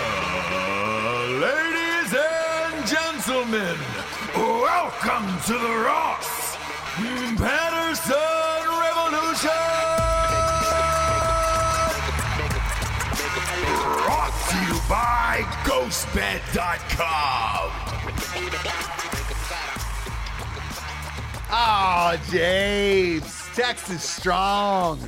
Uh, ladies and gentlemen, welcome to the Ross Patterson Revolution! Brought to you by GhostBed.com. Oh, James, Texas strong.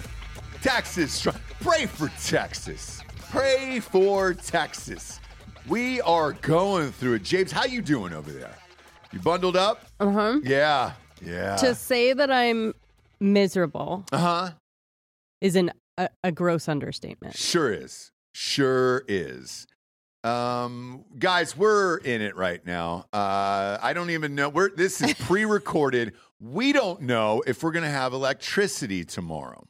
Texas strong. Pray for Texas. Pray for Texas. We are going through it. James, how you doing over there? You bundled up? Uh huh. Yeah. Yeah. to say that I'm miserable uh-huh. is an a, a gross understatement. Sure is. Sure is. Um, guys, we're in it right now. Uh, I don't even know. We're this is pre-recorded. we don't know if we're gonna have electricity tomorrow.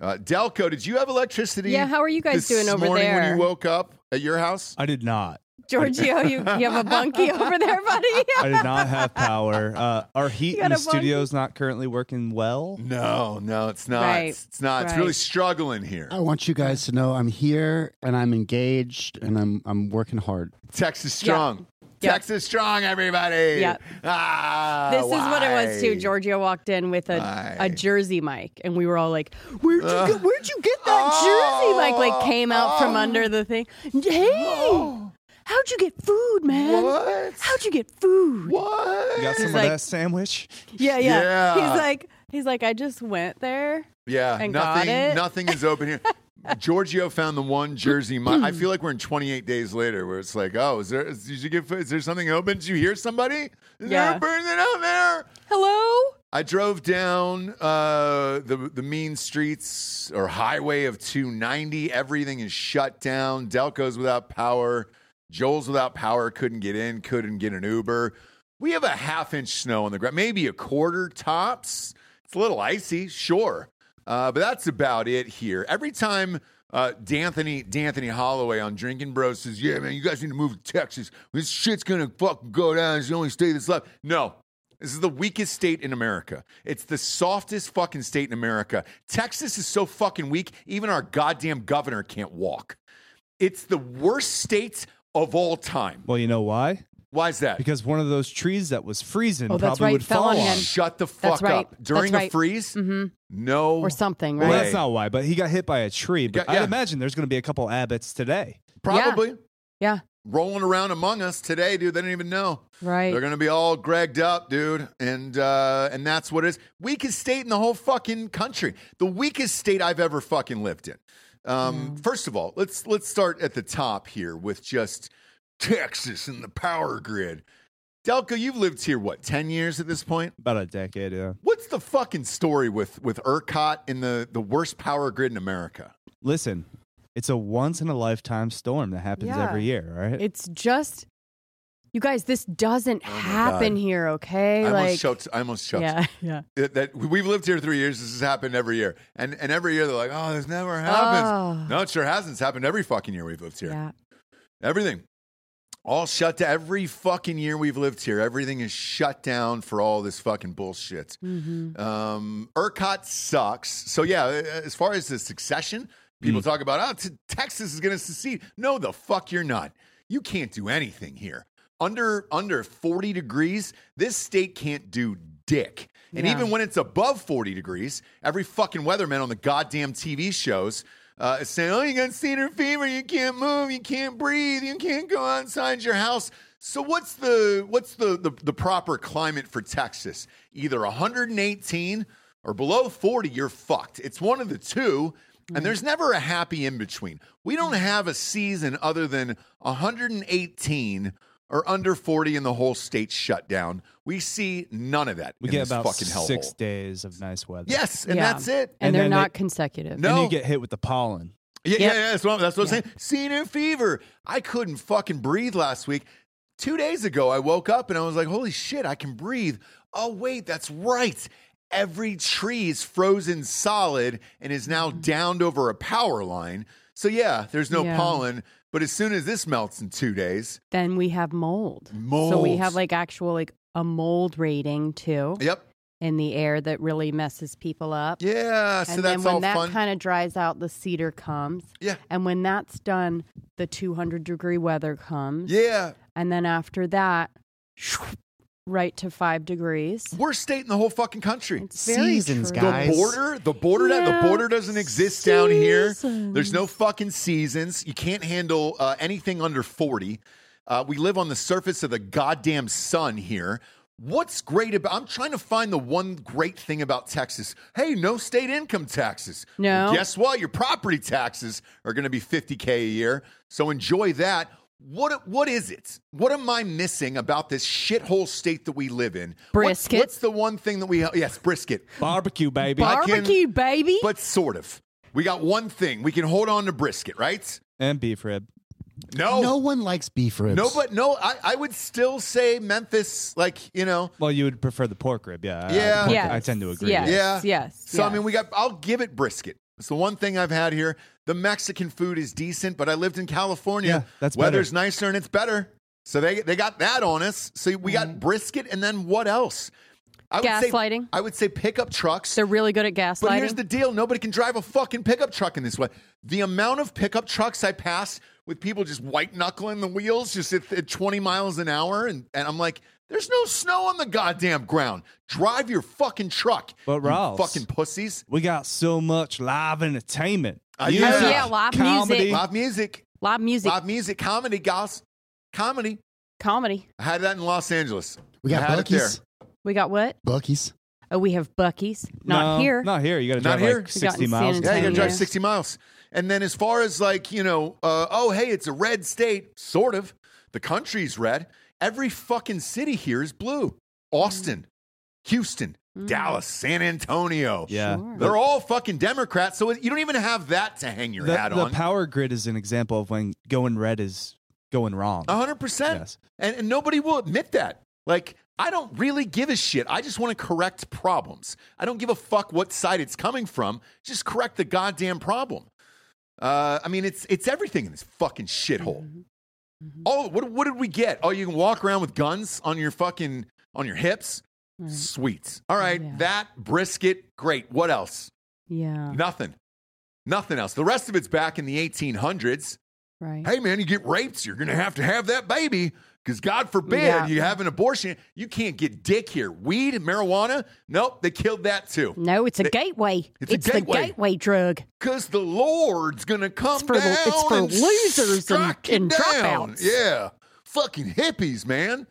Uh, Delco, did you have electricity? Yeah, how are you guys this doing over morning there, When you woke up at your house, I did not. Giorgio? You, you have a bunkie over there, buddy. I did not have power. Uh, our heat You in got the a bunkie? studio is not currently working well. no, no, it's not. Right, It's, it's not. It's right. really struggling here. I want you guys to know I'm here and I'm engaged and I'm I'm working hard. Texas strong. Yeah. Texas strong, everybody. Yeah. Ah, This is what it was too. why? Giorgio walked in with a, Why? a jersey mic, and we were all like, "Where'd you get, Where'd you get that Oh, jersey mic?" Like came out from under the thing. Hey, how'd you get food, man? What? How'd you get food? What? You got some like- of that sandwich? Yeah, yeah, Yeah. He's like, he's like, I just went there. Yeah, and got nothing. it. Nothing is open here. Giorgio found the one jersey. Mi- I feel like we're in 28 days later, where it's like, oh, is there? Is, did you get? food? Is there something open? Did you hear somebody? Is there Yeah. a burning out there? Hello. I drove down uh, the the mean streets or highway of 290. Everything is shut down. Delco's without power. Joel's without power. Couldn't get in. Couldn't get an Uber. We have a half inch snow on the ground, maybe a quarter tops. It's a little icy, sure, uh, but that's about it here. Every time uh, D'Anthony D'Anthony Holloway on Drinking Bros says, "Yeah, man, you guys need to move to Texas. This shit's gonna fucking go down. It's the only state that's left." No, this is the weakest state in America. It's the softest fucking state in America. Texas is so fucking weak, even our goddamn governor can't walk. It's the worst state of all time. Well, you know why? Why is that? Because one of those trees that was freezing Oh, that's probably right, would fell fall on off. him. Shut the That's fuck right. up. During That's a right. Mm-hmm. freeze? No. or something, Well, right? Right. that's not why, but he got hit by a tree. But Yeah, I'd yeah. imagine there's going to be a couple abbots today. Probably. Yeah, Rolling around among us today, dude. They don't even know. right. They're gonna be all gregged up, dude, and uh, and that's what it is. Weakest state in the whole fucking country. The weakest state I've ever fucking lived in. Um, Mm. First of all, let's let's start at the top here with just Texas and the power grid. Delco, you've lived here what ten years at this point? About a decade. Yeah. What's the fucking story with with ERCOT and the the worst power grid in America? Listen, it's a once in a lifetime storm that happens Yeah. every year, right? It's just, you guys, this doesn't happen Oh God. here, okay? I like, almost choked. I almost choked. yeah, yeah. that, that we've lived here three years. This has happened every year, and and every year they're like, "Oh, this never happens." Oh. No, it sure hasn't. It's happened every fucking year we've lived here. Yeah. Everything, all shut down. Every fucking year we've lived here, everything is shut down for all this fucking bullshit. hmm Um, ERCOT sucks. So yeah, as far as the succession, people talk about, "Oh, t- Texas is going to secede." No, the fuck you're not. You can't do anything here. Under under 40 degrees, this state can't do dick. And Yeah. even when it's above 40 degrees, every fucking weatherman on the goddamn TV shows uh, is saying, "Oh, you got cedar fever. You can't move. You can't breathe. You can't go outside your house." So what's the what's the the, the proper climate for Texas? Either 118 or below 40, you're fucked. It's one of the two. And there's never a happy in between. We don't have a season other than 118 or under 40 and the whole state shut down. We see none of that. we in get this about fucking hellhole. six days of nice weather. Yes, and Yeah. that's it. And, And they're then not they- consecutive. No. And you get hit with the pollen. Yeah, Yep. yeah, yeah. That's what, that's what I'm saying. Senior fever. I couldn't fucking breathe last week. Two days ago, I woke up and I was like, holy shit, I can breathe. Oh, wait, that's right. Every tree is frozen solid and is now downed over a power line. So, yeah, there's no Mm. Yeah. pollen. But as soon as this melts in two days, Then we have mold. So we Mold. have like actual, like a mold rating too. yep, in the air that really messes people up. Yeah, so and that's then when all that fun. kind of dries out, the cedar comes. Yeah. And when that's done, the 200 degree weather comes. yeah, And then after that, shoo, right to five degrees. worst state in the whole fucking country. It's very Seasons, true. guys. The border, the border, that Yeah, the border doesn't exist down here. There's seasons. no fucking seasons. You can't handle uh, anything under forty. Uh, we live on the surface of the goddamn sun here. What's great about? I'm trying to find the one great thing about Texas. Hey, no state income taxes. No. Well, guess what? Your property taxes are going to be 50k a year. So enjoy that. What what is it? What am I missing about this shithole state that we live in? What's- Brisket. What's, the one thing that we yes brisket? Barbecue, baby. Bar- I can- Barbecue, baby. but sort of. We got one thing. We can hold on to brisket, right? and beef rib. No. No No, one likes beef ribs. but no, I, I would still say Memphis, like, you know. Well, you would prefer the pork rib, yeah. I- I- Yeah. pork- Yes, I tend to agree. Yes. yeah. Yeah. Yes. So I yes. mean we got I'll give it brisket. It's the one thing I've had here. The Mexican food is decent, but I lived in California. Yeah, that's weather's nicer and it's better. So they they got that on us. So we got brisket and then what else? I Say, Mm-hmm. Gaslighting. I would say pickup trucks. They're really good at gaslighting. But here's the deal: nobody can drive a fucking pickup truck in this way. The amount of pickup trucks I pass with people just white knuckling the wheels, just at, at 20 miles an hour, and, and I'm like, there's no snow on the goddamn ground. Drive your fucking truck, But you Ross- fucking pussies. We got so much live entertainment. Uh, yeah. Music, Oh, yeah, live comedy. music. Live music, Live music, live music, comedy, guys, comedy. comedy. I had that in Los Angeles. we I got had it Bucky's. We got what? Bucky's. Oh, we have Bucky's. Not No, here. Not here. You got to Not drive here. like We got 60 in miles. San Yeah, you Antonio. gotta Ten drive years. 60 miles. And then as far as like, you know, uh, oh, hey, it's a red state, sort of. The country's red. Every fucking city here is blue. Austin, Houston, Dallas, San Antonio. Yeah. Mm. Sure. They're all fucking Democrats. So you don't even have that to hang your The, hat the on. power grid is an example of when going red is going wrong. 100%. Yes. And, and nobody will admit that. Like, I don't really give a shit. I just want to correct problems. I don't give a fuck what side it's coming from. Just correct the goddamn problem. Uh, I mean, it's it's everything in this fucking shithole. Oh, what what did we get? Oh, you can walk around with guns on your fucking on your hips. Sweet. All right, Yeah. that brisket, great. What else? Yeah. Nothing. Nothing else. The rest of it's back in the 1800s Right. hey man, you get raped, you're gonna have to have that baby because God forbid Yeah. you have an abortion. You can't get dick here. Weed, marijuana, nope, they killed that too. No, it's a gateway. It's a gateway. the gateway drug. Cause the Lord's gonna come It's for the- down. it's for and losers and- strike you and down. dropouts. Yeah, fucking hippies, man.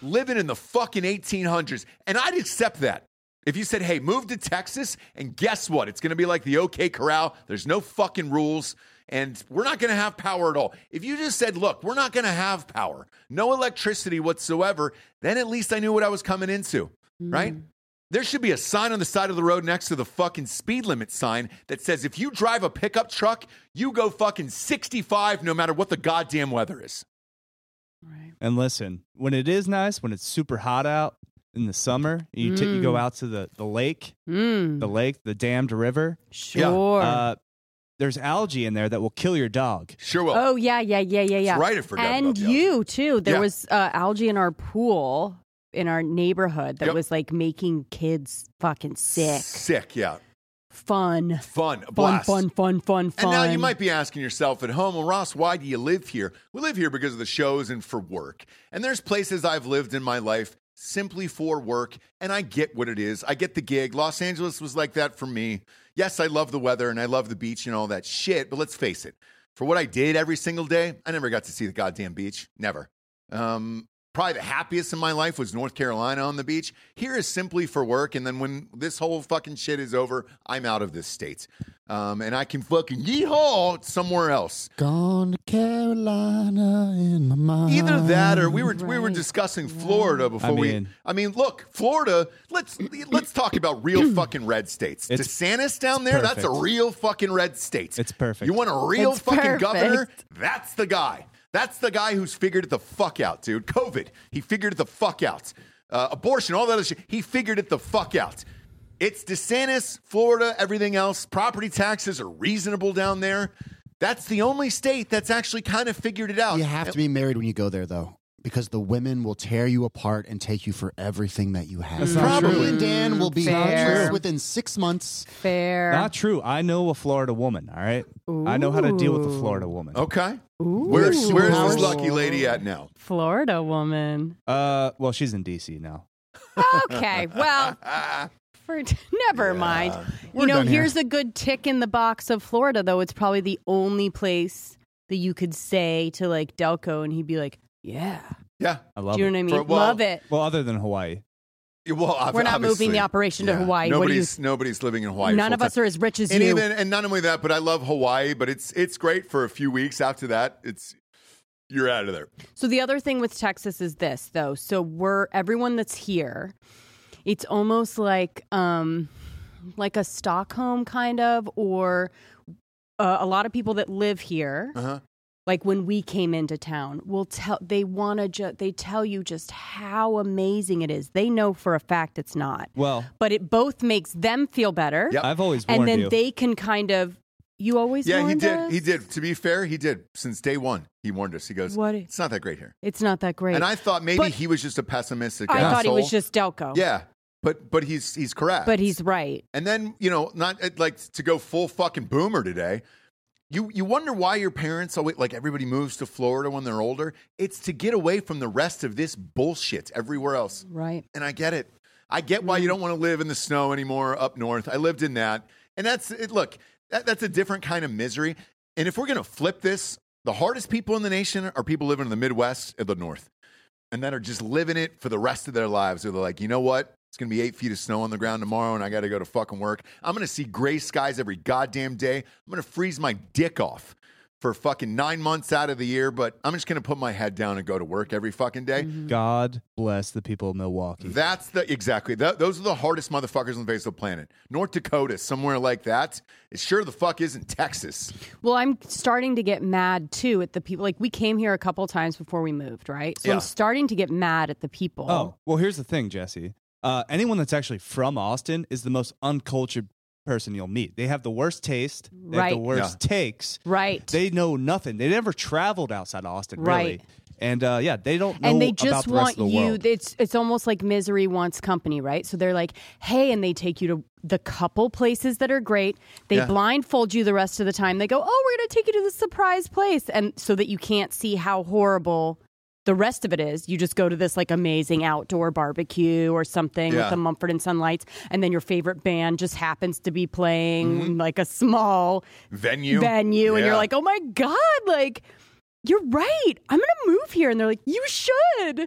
Living in the fucking 1800s, and I'd accept that. If you said, hey, move to Texas, and guess what? It's going to be like the OK Corral. There's no fucking rules, and we're not going to have power at all. If you just said, look, we're not going to have power, no electricity whatsoever, then at least I knew what I was coming into, Mm. right? There should be a sign on the side of the road next to the fucking speed limit sign that says, if you drive a pickup truck, you go fucking 65 no matter what the goddamn weather is. Right. And listen, when it is nice, when it's super hot out in the summer, you, t- you go out to the, the lake, Mm. the lake, the dammed river. Sure. Uh, there's algae in there that will kill your dog. Sure will. oh yeah, yeah, yeah, yeah, yeah. right, I forgot about And the algae. you too. There Yeah. was uh, algae in our pool in our neighborhood that Yep. was like making kids fucking sick. Sick, yeah. Fun. Fun, a Fun, blast. fun, fun, fun, fun. And now you might be asking yourself at home, well, Ross, why do you live here? We live here because of the shows and for work. And there's places I've lived in my life simply for work, and I get what it is. I get the gig. Los Angeles was like that for me. Yes, I love the weather and I love the beach and all that shit, but let's face it. For what I did every single day, I never got to see the goddamn beach. Never. Um, probably the happiest in my life was North Carolina on the beach. Here is simply for work. And then when this whole fucking shit is over, I'm out of this state. Um, and I can fucking yeehaw somewhere else. Gone to Carolina in my mind. Either Oh, that or we were we were Right. discussing Florida before we mean- I mean look, Florida, let's let's talk about real fucking red states. It's- DeSantis down there, that's a perfect. real fucking red state. It's perfect. You want a real It's fucking perfect. governor? That's the guy. That's the guy who's figured it the fuck out, dude. COVID, he figured it the fuck out. Uh, abortion, all that other shit, he figured it the fuck out. It's DeSantis, Florida, everything else. Property taxes are reasonable down there. That's the only state that's actually kind of figured it out. You have to be married when you go there, though. because the women will tear you apart and take you for everything that you have. That's not Probably true. and Dan Mm, will be not homeless true. within six months. Fair. Not true. I know a Florida woman. All right. I know how to deal with a Florida woman. Okay. Ooh. Where's, Ooh. where's this lucky lady at now? Florida woman. Uh, well, she's in D.C. now. Okay. Well, Ah, for never mind. We're you know, done here. here's a good tick in the box of Florida, though. It's probably the only place that you could say to like Delco, and he'd be like, "Yeah." Yeah. I love Do you it. know what I mean? For- well, Love it. Well, other than Hawaii. Well, ob- We're not obviously. moving the operation to Yeah. Hawaii. What do you? Nobody's nobody's living in Hawaii. None full of us time. are as rich as And you. even and not only that, but I love Hawaii. But it's it's great for a few weeks. After that, it's you're out of there. So the other thing with Texas is this though. So we're everyone that's here, it's almost like um like a Stockholm kind of or uh, a lot of people that live here. Uh-huh. Like when we came into town, will tell they want to ju- they tell you just how amazing it is. They know for a fact it's not. Well, But it both makes them feel better. Yep. I've always warned Oh, And then you. they can kind of you always Yeah, he warned did. us? He did. To be fair, he did since day one. He warned us. He goes, What? It's not that great here. It's not that great. And I thought maybe But- he was just a pessimistic. I thought he asshole. was just Delco. Yeah, but but he's he's correct. But he's right. And then, you know, not uh, like to go full fucking boomer today. You you wonder why your parents always like everybody moves to Florida when they're older. It's to get away from the rest of this bullshit everywhere else. Right. And I get it. I get why you don't want to live in the snow anymore up north. I lived in that. And that's it look, that, that's a different kind of misery. And if we're going to flip this, the hardest people in the nation are people living in the Midwest and the north. And that are just living it for the rest of their lives. They're like, "You know what? It's going to be 8 feet of snow on the ground tomorrow and I got to go to fucking work. I'm going to see gray skies every goddamn day. I'm going to freeze my dick off." For fucking nine months out of the year, but I'm just gonna put my head down and go to work every fucking day. God bless the people of Milwaukee. That's the exactly. Th- those are the hardest motherfuckers on the face of the planet. North Dakota, somewhere like that. It sure the fuck isn't Texas. Well, I'm starting to get mad too at the people. Like we came here a couple times before we moved, right? So Yeah. I'm starting to get mad at the people. oh, well, here's the thing, Jesse. Uh, anyone that's actually from Austin is the most uncultured person you'll meet. They have the worst taste. They have Right. the worst takes. right. They know nothing. They never traveled outside Austin, really. Right. And uh, yeah, they don't know and they about just the want rest of the you. world. It's it's almost like misery wants company, right? So they're like, hey, and they take you to the couple places that are great. They Yeah. blindfold you the rest of the time. They go, oh, we're gonna take you to the surprise place, and so that you can't see how horrible. The rest of it is you just go to this like amazing outdoor barbecue or something Yeah. with the Mumford and Son lights, and then your favorite band just happens to be playing Mm-hmm. like a small Venue. venue and you're Yeah. like, oh my God, like, you're right. I'm going to move here. And they're like, you should.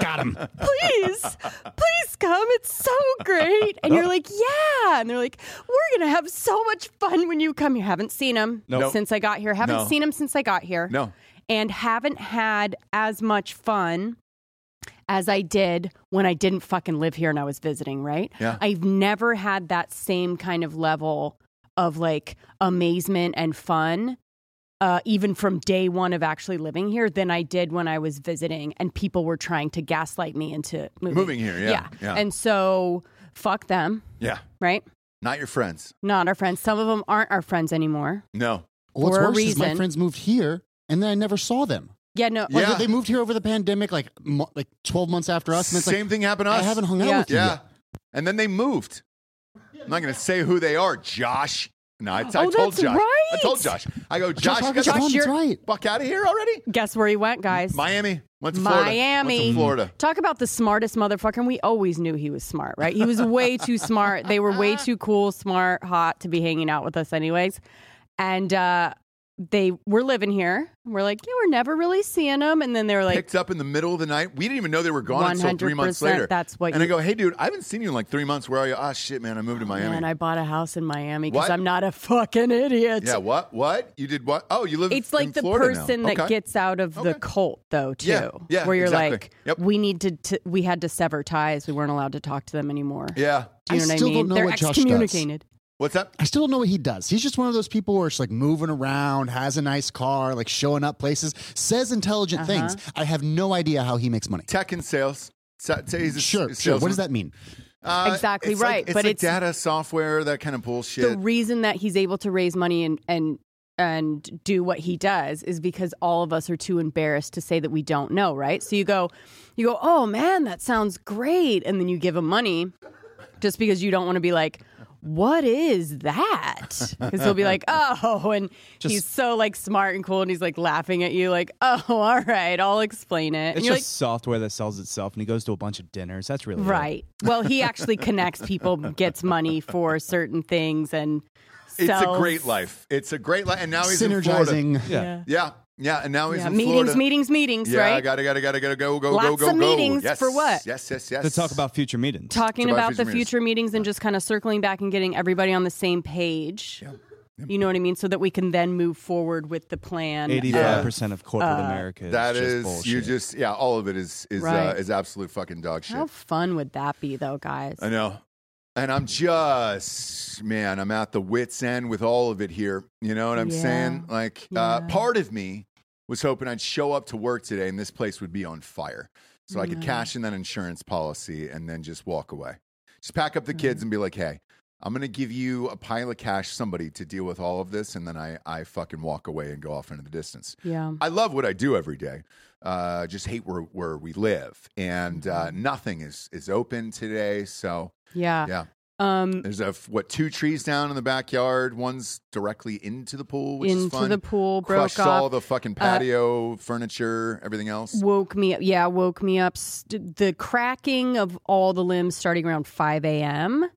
Got him. Please, please come. It's so great. And you're like, yeah. And they're like, we're going to have so much fun when you come here. Haven't seen him Nope. since I got here. Haven't No. seen him since I got here. No. And haven't had as much fun as I did when I didn't fucking live here and I was visiting, right? Yeah. I've never had that same kind of level of like amazement and fun, uh, even from day one of actually living here, than I did when I was visiting and people were trying to gaslight me into moving. Moving here, yeah, yeah. oh. And so fuck them, yeah, right? not your friends. Not our friends. Some of them aren't our friends anymore. No. What's For a worse is my reason. friends moved here and then I never saw them. Yeah, no. Yeah. Like they moved here over the pandemic, like mo- like twelve months after us, and it's Same like thing happened to us. I haven't hung out Yeah. with you. yeah. yet. And then they moved. I'm not gonna say who they are. Josh. No, I, I Oh, told that's Josh. I right. told Josh. I go, Josh, you got Hawkins, the come on, you're- that's right. fuck out of here already. Guess where he went, guys? Miami. Went to Florida. Went Miami. to Florida. Talk about the smartest motherfucker. And we always knew he was smart, right? He was way too smart. They were way too cool, smart, hot to be hanging out with us, anyways. And uh, they were living here. We're like, yeah, we're never really seeing them. And then they were like, Picked up in the middle of the night. We didn't even know they were gone until three months 100% later. that's what And I you- Oh, go, hey, dude, I haven't seen you in like three months. Where are you? Ah, shit, man, I moved to Miami. man, I bought a house in Miami because What? I'm not a fucking idiot. Yeah, what? What? You did what? Oh, you live It's in like the Florida now. person that Okay. gets out of the Okay. cult, though, too. Yeah, yeah, where you're exactly. like, Yep. we need to, t- we had to sever ties. We weren't allowed to talk to them anymore. Yeah. Do you I know what still I don't mean? know They're what Josh does. excommunicated. What's that? I still don't know what he does. He's just one of those people where it's like moving around, has a nice car, like showing up places, says intelligent Uh-huh. things. I have no idea how he makes money. Tech and sales. So, so he's a s- Sure, a sure. What salesman. does that mean? Uh, Exactly it's like- right, it's but like it's- data, software, that kind of The bullshit. reason that he's able to raise money and, and and do what he does is because all of us are too embarrassed to say that we don't know, right? So you go, you go, oh man, that sounds great, and then you give him money, just because you don't want to be like. What is that? Because he'll be like, oh, and he's so like smart and cool, and he's like laughing at you, like, oh, all right, I'll explain it. And It's you're just like, software that sells itself, and he goes to a bunch of dinners. That's really it. Right. Well, he actually connects people, gets money for certain things, and It's a sells- great life. It's a great life. And now he's in Florida. Synergizing. Yeah. Yeah. Yeah. And now he's Yeah, in meetings, Florida. meetings, meetings. Yeah, right. I gotta, gotta, gotta, gotta go, go, Lots go, go, of go. meetings yes. for what? Yes, yes, yes. To talk about future meetings. Talking It's about about future the meetings. future meetings and just kind of circling back and getting everybody on the same page. You know what I mean? So that we can then move forward with the plan. Eighty-five percent of corporate Uh, America. Is that just is bullshit. you just yeah. All of it is is uh, Right. is absolute fucking dog shit. How fun would that be, though, guys? I know. And I'm just, man, I'm at the wits end with all of it here. You know what I'm Yeah. saying? Like, uh, Yeah. part of me was hoping I'd show up to work today and this place would be on fire. So I could Yeah. cash in that insurance policy and then just walk away. Just pack up the kids and be like, hey, I'm going to give you a pile of cash, somebody to deal with all of this. And then I, I fucking walk away and go off into the distance. Yeah. I love what I do every day. Uh, just hate where, where we live. And uh, Mm-hmm. nothing is, is open today. So. Yeah. Yeah. Um, There's a f- what two trees down in the backyard. One's directly into the pool, which is into fun. the pool, broke Crushed all off. uh, the fucking patio furniture, everything else. woke me up. Yeah, woke me up. St- the cracking of all the limbs starting around 5 a.m.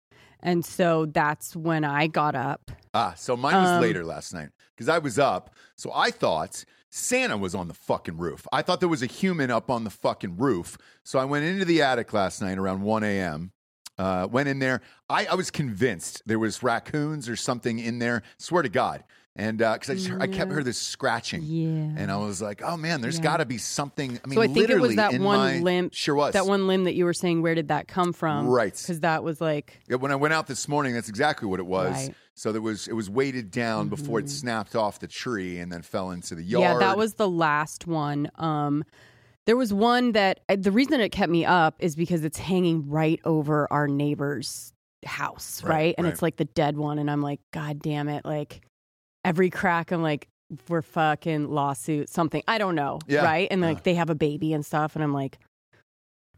And so that's when I got up. Ah, so mine was Um, later last night because I was up. So I thought Santa was on the fucking roof. I thought there was a human up on the fucking roof. So I went into the attic last night around 1 a.m. Uh, went in there. I, I was convinced there was raccoons or something in there. Swear to God. And because I just heard, I kept heard this scratching. Yeah. And I was like, oh man, there's Yeah. got to be something. I mean, so I think it literally was that in one my- limb. Sure was. That one limb that you were saying, where did that come from? Right. Because that was like, Yeah, When I went out this morning, that's exactly what it was. Right. Mm-hmm. So there was it was weighted down before it snapped off the tree and then fell into the yard. yeah, that was the last one. Um, there was one that I- the reason it kept me up is because it's hanging right over our neighbor's house, Right, right? And right. it's like the dead one, and I'm like, God damn it! Like every crack, I'm like, we're fucking lawsuit something. I don't know, Yeah. right? And like Yeah. they have a baby and stuff, and I'm like,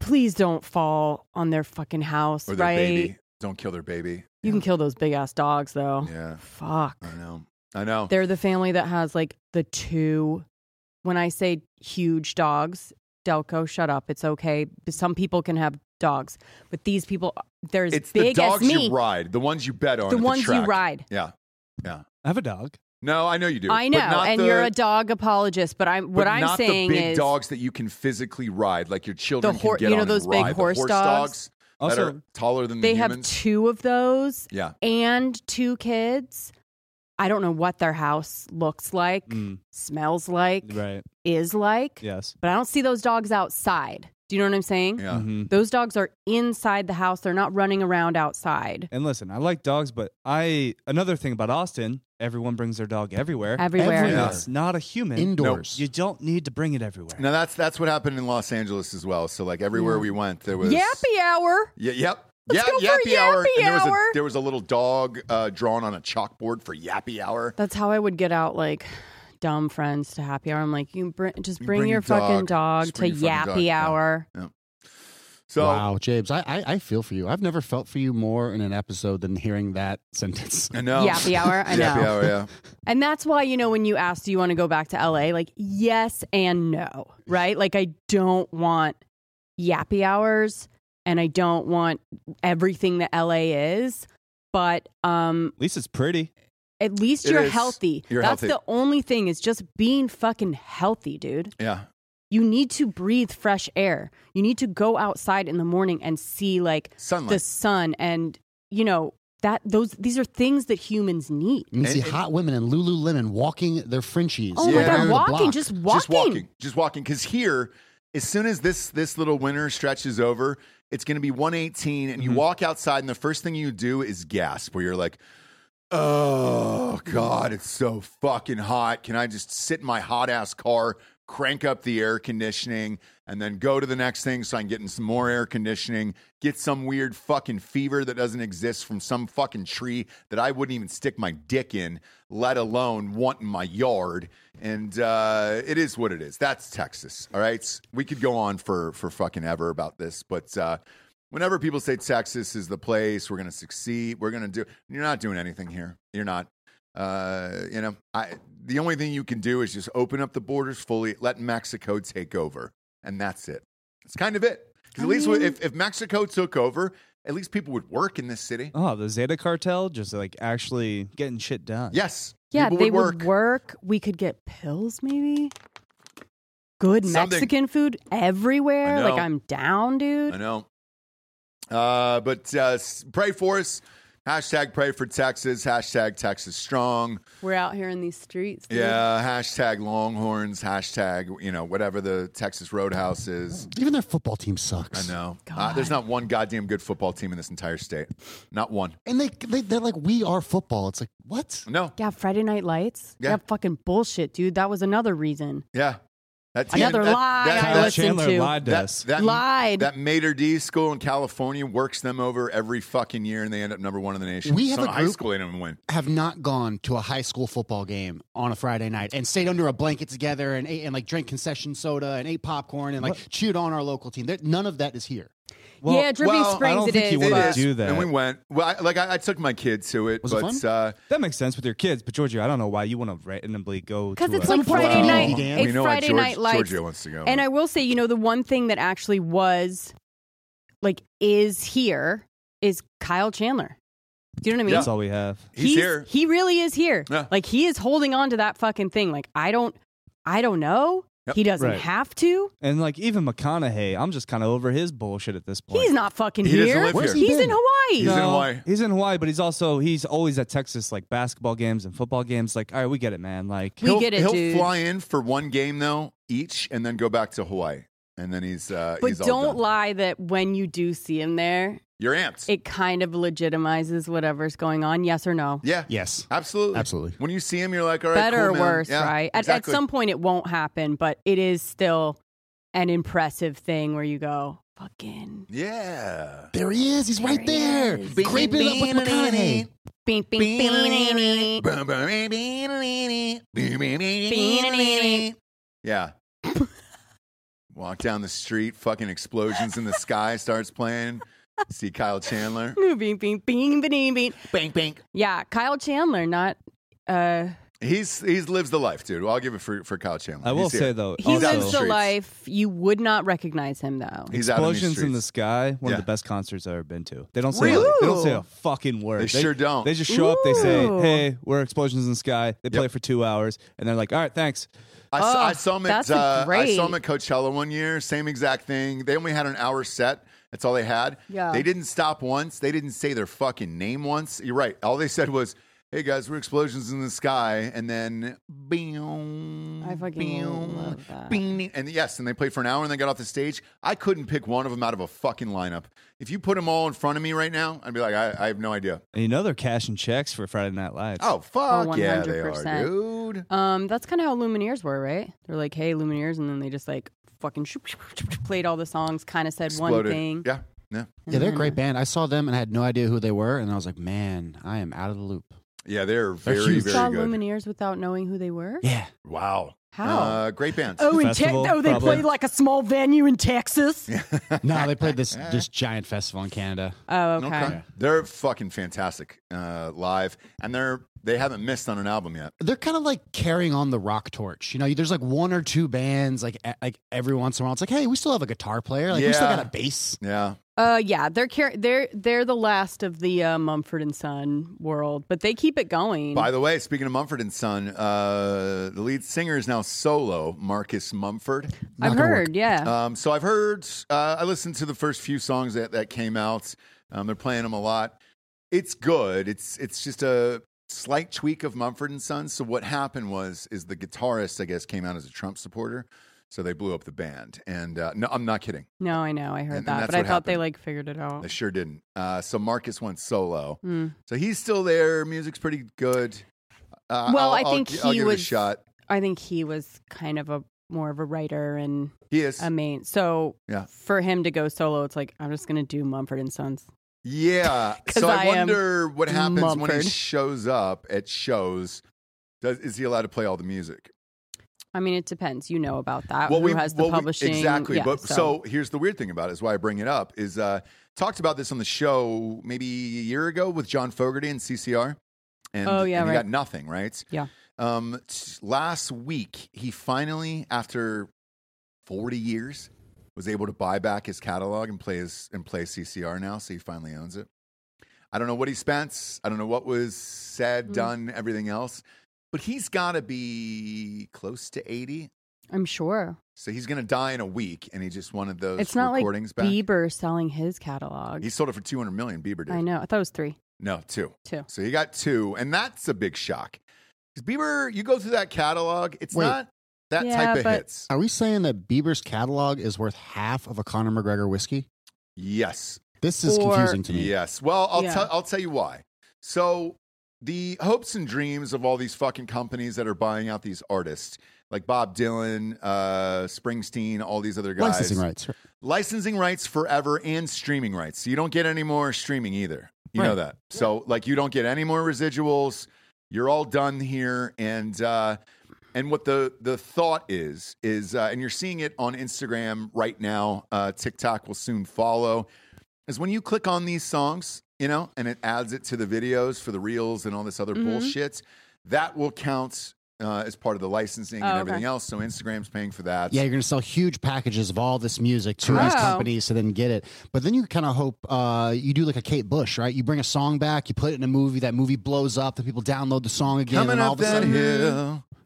please don't fall on their fucking house, or their right? baby. Don't kill their baby. You can kill those big ass dogs though. Yeah, Fuck. I know. I know. They're the family that has like the two. When I say huge dogs, Delco, shut up. It's okay. Some people can have dogs, but these people, they're as it's the big dogs as me. you ride, the ones you bet on, the at ones you track. ride. Yeah. I have a dog. No, I know you do. I but know, not and the- you're a dog apologist, but I'm what but I'm not saying the big is dogs that you can physically ride, like your children hor- can get you know on those and big ride. horse the horse dogs? dogs that Also, are taller than they the have humans. two of those yeah, and two kids. I don't know what their house looks like, Mm, smells like, right? is like. Yes. but I don't see those dogs outside. Do you know what I'm saying? yeah. Mhm. Those dogs are inside the house. They're not running around outside. And listen, I like dogs, but I another thing about Austin, everyone brings their dog everywhere. Everywhere. Everywhere. It's not a human. Indoors. You don't need to bring it everywhere. Now that's that's what happened in Los Angeles as well. So like everywhere Yeah. we went, there was Yappy hour. Yeah, yep. Let's yeah, go for yappy hour. yappy and there was a hour. there was a little dog uh, drawn on a chalkboard for yappy hour. That's how I would get out like dumb friends to happy hour. I'm like, you br- just You bring, bring your your dog. fucking dog Just to bring your yappy fucking dog. Yeah. hour. So wow, James, I, I I feel for you. I've never felt for you more in an episode than hearing that sentence. I know. Yappy hour. I know. Yappy hour, yeah. And that's why, you know, when you ask, do you want to go back to LA? Like, yes and no, right? Like, I don't want yappy hours and I don't want everything that LA is. But um, At least it's pretty. at least It you're is. healthy. You're that's healthy. the only thing is just being fucking healthy, dude. Yeah. You need to breathe fresh air. You need to go outside in the morning and see like Sunlight. the sun and, you know, that those these are things that humans need. You can see And- and- hot women in Lululemon walking their Frenchies. Oh Yeah, my around god, the walking, block. just Just walking. Just walking. Because here, as soon as this this little winter stretches over, it's gonna be 118 and you walk outside and the first thing you do is gasp where you're like Oh God, it's so fucking hot. Can I just sit in my hot ass car crank up the air conditioning, and then go to the next thing so I'm getting some more air conditioning, get some weird fucking fever that doesn't exist from some fucking tree that I wouldn't even stick my dick in, let alone want in my yard. And uh, it is what it is. That's Texas. All right. We could go on for, for fucking ever about this, but uh, whenever people say Texas is the place, we're going to succeed, we're going to do, you're not doing anything here. You're not. Uh, you know, I, the only thing you can do is just open up the borders fully, let Mexico take over, and that's it. That's kind of it. 'Cause at I least mean- if, if Mexico took over, at least people would work in this city. Oh, the Zeta cartel just like actually getting shit done. Yes. Yeah, people they would work. We could get pills, maybe. Good Something. Mexican food everywhere. I Like know. I'm down, dude. I know. Uh, but uh, s- pray for us. Hashtag pray for Texas. Hashtag Texas strong. We're out here in these streets. dude. Yeah. Hashtag Longhorns. Hashtag, you know, whatever the Texas Roadhouse is. Even their football team I sucks. know. Uh, there's not one goddamn good football team in this entire state. Not one. And they, they they're like, we are football. It's like what? No. Yeah, Friday Night Lights. Yeah. That fucking bullshit, dude. That was another reason. Yeah. That Another lie I Kyle listened Chandler to- lied to that, us. that, Lied. That Mater D school in California works them over every fucking year, and they end up number one in the nation. We have Some a high group- school they didn't win. Have not gone to a high school football game on a Friday night and stayed under a blanket together and ate, and like drank concession soda and ate popcorn and like chewed on our local team. There, none of that is here. Well, yeah, Dripping well, I Springs. don't it think is. you wanna but- do that. And we went. Well, I, like I, I took my kid to it, Was it but uh, That makes sense with your kids, but Georgia, I don't know why you want to randomly go Because to it's a- like Friday Wow. night. We we It's know Friday why Night George, Lights. Georgia wants to go. And I will say, you know, the one thing that actually was like is here is Kyle Chandler. Do you know what I mean? That's all we have. he's, here. He really is here. Yeah. Like he is holding on to that fucking thing. Like I don't, I don't know. Yep. He doesn't Right. have to. And like even McConaughey, I'm just kind of over his bullshit at this point. He's not fucking He doesn't here. live Where's here. he He's in been? Hawaii. He's in Hawaii. He's in Hawaii, but he's also he's always at Texas like basketball games and football games. Like, all right, we get it, man. Like, We he'll, get it, He'll dude. fly in for one game though each, and then go back to Hawaii, and then he's. Uh, But he's all don't done. lie that when you do see him there, You're amped. it kind of legitimizes whatever's going on. Yes or no? yeah. Yes. Absolutely. Absolutely. When you see him, you're like, all right, Better cool, or man. worse, Yeah, right? At, exactly. at some point, it won't happen, but it is still an impressive thing where you go, fucking. Yeah. There he is. He's right there. Craping it up with McConaughey. Bing, bing, bing, bing. Yeah. Walk down the street, fucking explosions in the sky starts playing. See Kyle Chandler. Bing, bing, bing, bing, bing. Bang, bang. Yeah, Kyle Chandler, not uh He's he's lives the life, dude. I'll give it for, for Kyle Chandler. I will He's here. say though, he He's out in lives Oh, the the streets. life you would not recognize him though. He's out in these Explosions in the streets. sky, one Yeah. of the best concerts I've ever been to. They don't say Really? they don't say a fucking word. They sure don't. They just show up. They say, Ooh. "Hey, we're explosions in the sky." They play for two hours, and they're like, "All right, thanks." I, saw, I Oh, saw him at that's a uh, I saw him at great- Coachella one year. Same exact thing. They only had an hour set. That's all they had. Yeah. They didn't stop once. They didn't say their fucking name once. You're right. All they said was, "Hey guys, we're explosions in the sky," and then boom. I fucking love that. Bing. And yes, and they played for an hour and they got off the stage. I couldn't pick one of them out of a fucking lineup. If you put them all in front of me right now, I'd be like, I, I have no idea. And you know they're cashing checks for Friday Night Lights. Oh fuck Oh, yeah, they are, 100%. dude. Um that's kind of how Lumineers were, right? They're like, "Hey, Lumineers," and then they just like fucking shoop, shoop, shoop, shoop, played all the songs, kind of said one Exploded. thing. Yeah, yeah, Yeah, they're a Mm-hmm. great band. I saw them and I had no idea who they were, and I was like, man, I am out of the loop. yeah. They're very, huge. You very saw good. Lumineers without knowing who they were? Yeah. Wow. How? Uh, great bands. Oh, in Texas. Festival, Oh, they probably. played like a small venue in Texas. No, they played this this giant festival in Canada. Oh, okay. They're fucking fantastic uh, live, and they're they haven't missed on an album yet. They're kind of like carrying on the rock torch. You know, there's like one or two bands like e- like every once in a while. It's like, hey, we still have a guitar player. Like we still Yeah. got a bass. Yeah. Uh, yeah, they're car- they're they're the last of the uh, Mumford and Son world, but they keep it going. By the way, speaking of Mumford and Son, uh, the lead singer is now solo, Marcus Mumford. I've heard, yeah. Um, so I've heard. Uh, I listened to the first few songs that that came out. Um, they're playing them a lot. It's good. It's it's just a slight tweak of Mumford and Sons. So what happened was is the guitarist, I guess, came out as a Trump supporter. So they blew up the band. And uh, no, I'm not kidding. No, I know, I And- heard and that, that's but I what thought they happened. like figured it out. They sure didn't. Uh, so Marcus went solo. Mm. So he's still there. Music's pretty good. Uh, Well, I'll- I I'll think gi- I'll he give it a was- shot. I think he was kind of a more of a writer and He is. a main. So Yeah. for him to go solo, it's like I'm just gonna do Mumford and Sons. yeah. 'Cause So I, I am wonder what happens when Mumford. he shows up at shows. Does, is he allowed to play all the music? I mean, it depends. You know about that. Well, Who we- has the well, we- publishing? exactly. Yeah, but so. here's the weird thing about it is why I bring it up is uh, talked about this on the show maybe a year ago with John Fogerty and CCR. And, Oh, yeah, and he right. got nothing, right? Yeah. Um, t- last week he finally, after 40 years, was able to buy back his catalog and play his and play CCR now. So he finally owns it. I don't know what he spent. I don't know what was said, Mhm. done, everything else. But he's got to be close to 80. I'm sure So he's going to die in a week, and he just wanted those it's not like recordings back. Bieber selling his catalog. He sold it for two hundred million. Bieber did. I know. I thought it was three, No, two. two. So he got two, and that's a big shock. 'Cause Bieber, you go through that catalog, it's Wait. not that Yeah, type of but- hits. Are we saying that Bieber's catalog is worth half of a Conor McGregor whiskey? Yes, This is Or- confusing to me. yes. Well, I'll Yeah. tell. I'll tell you why. So the hopes and dreams of all these fucking companies that are buying out these artists, like Bob Dylan, uh, Springsteen, all these other guys, Licensing rights. licensing rights forever and streaming rights. So you don't get any more streaming either. You know Right. that. So like you don't get any more residuals. You're all done here and uh and what the the thought is is uh, and you're seeing it on Instagram right now. Uh TikTok will soon follow. Is when you click on these songs, you know, and it adds it to the videos for the reels and all this other Mhm. bullshit, that will count uh, as part of the licensing Oh, and okay. everything else. So Instagram's paying for that. Yeah, you're going to sell huge packages of all this music to these Correct. Oh. companies to then get it. But then you kind of hope uh, you do like a Kate Bush, right? You bring a song back, you put it in a movie, that movie blows up, the people download the song again, Coming and all up of a that sudden, hill.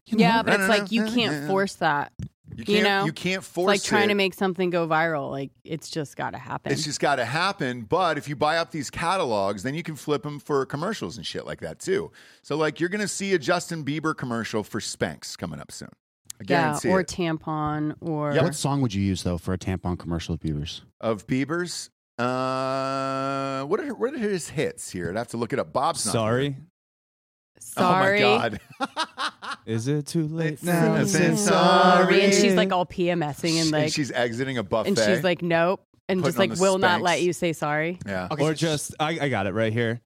you know, Yeah, but it's like you Yeah. can't force that. You You can't. You, know? can't It's force. like trying it. to make something go viral. Like it's just got to happen. It's just got to happen. But if you buy up these catalogs, then you can flip them for commercials and shit like that too. So like you're gonna see a Justin Bieber commercial for Spanx coming up soon. I yeah, guarantee Oh or it. tampon or What song would you use though for a tampon commercial of Bieber's? of Bieber's. Uh, what are what are his hits here? I'd have to look it up. Bob's not. Sorry, sorry. Oh my god. is it too late It's now? so to sorry. say sorry. And she's like "Oh, all PMSing and like, she's exiting a buffet. and she's like, nope, and just Putting on like the will not Spanx. let you say sorry. yeah. Okay, or so- just I, I got it right here.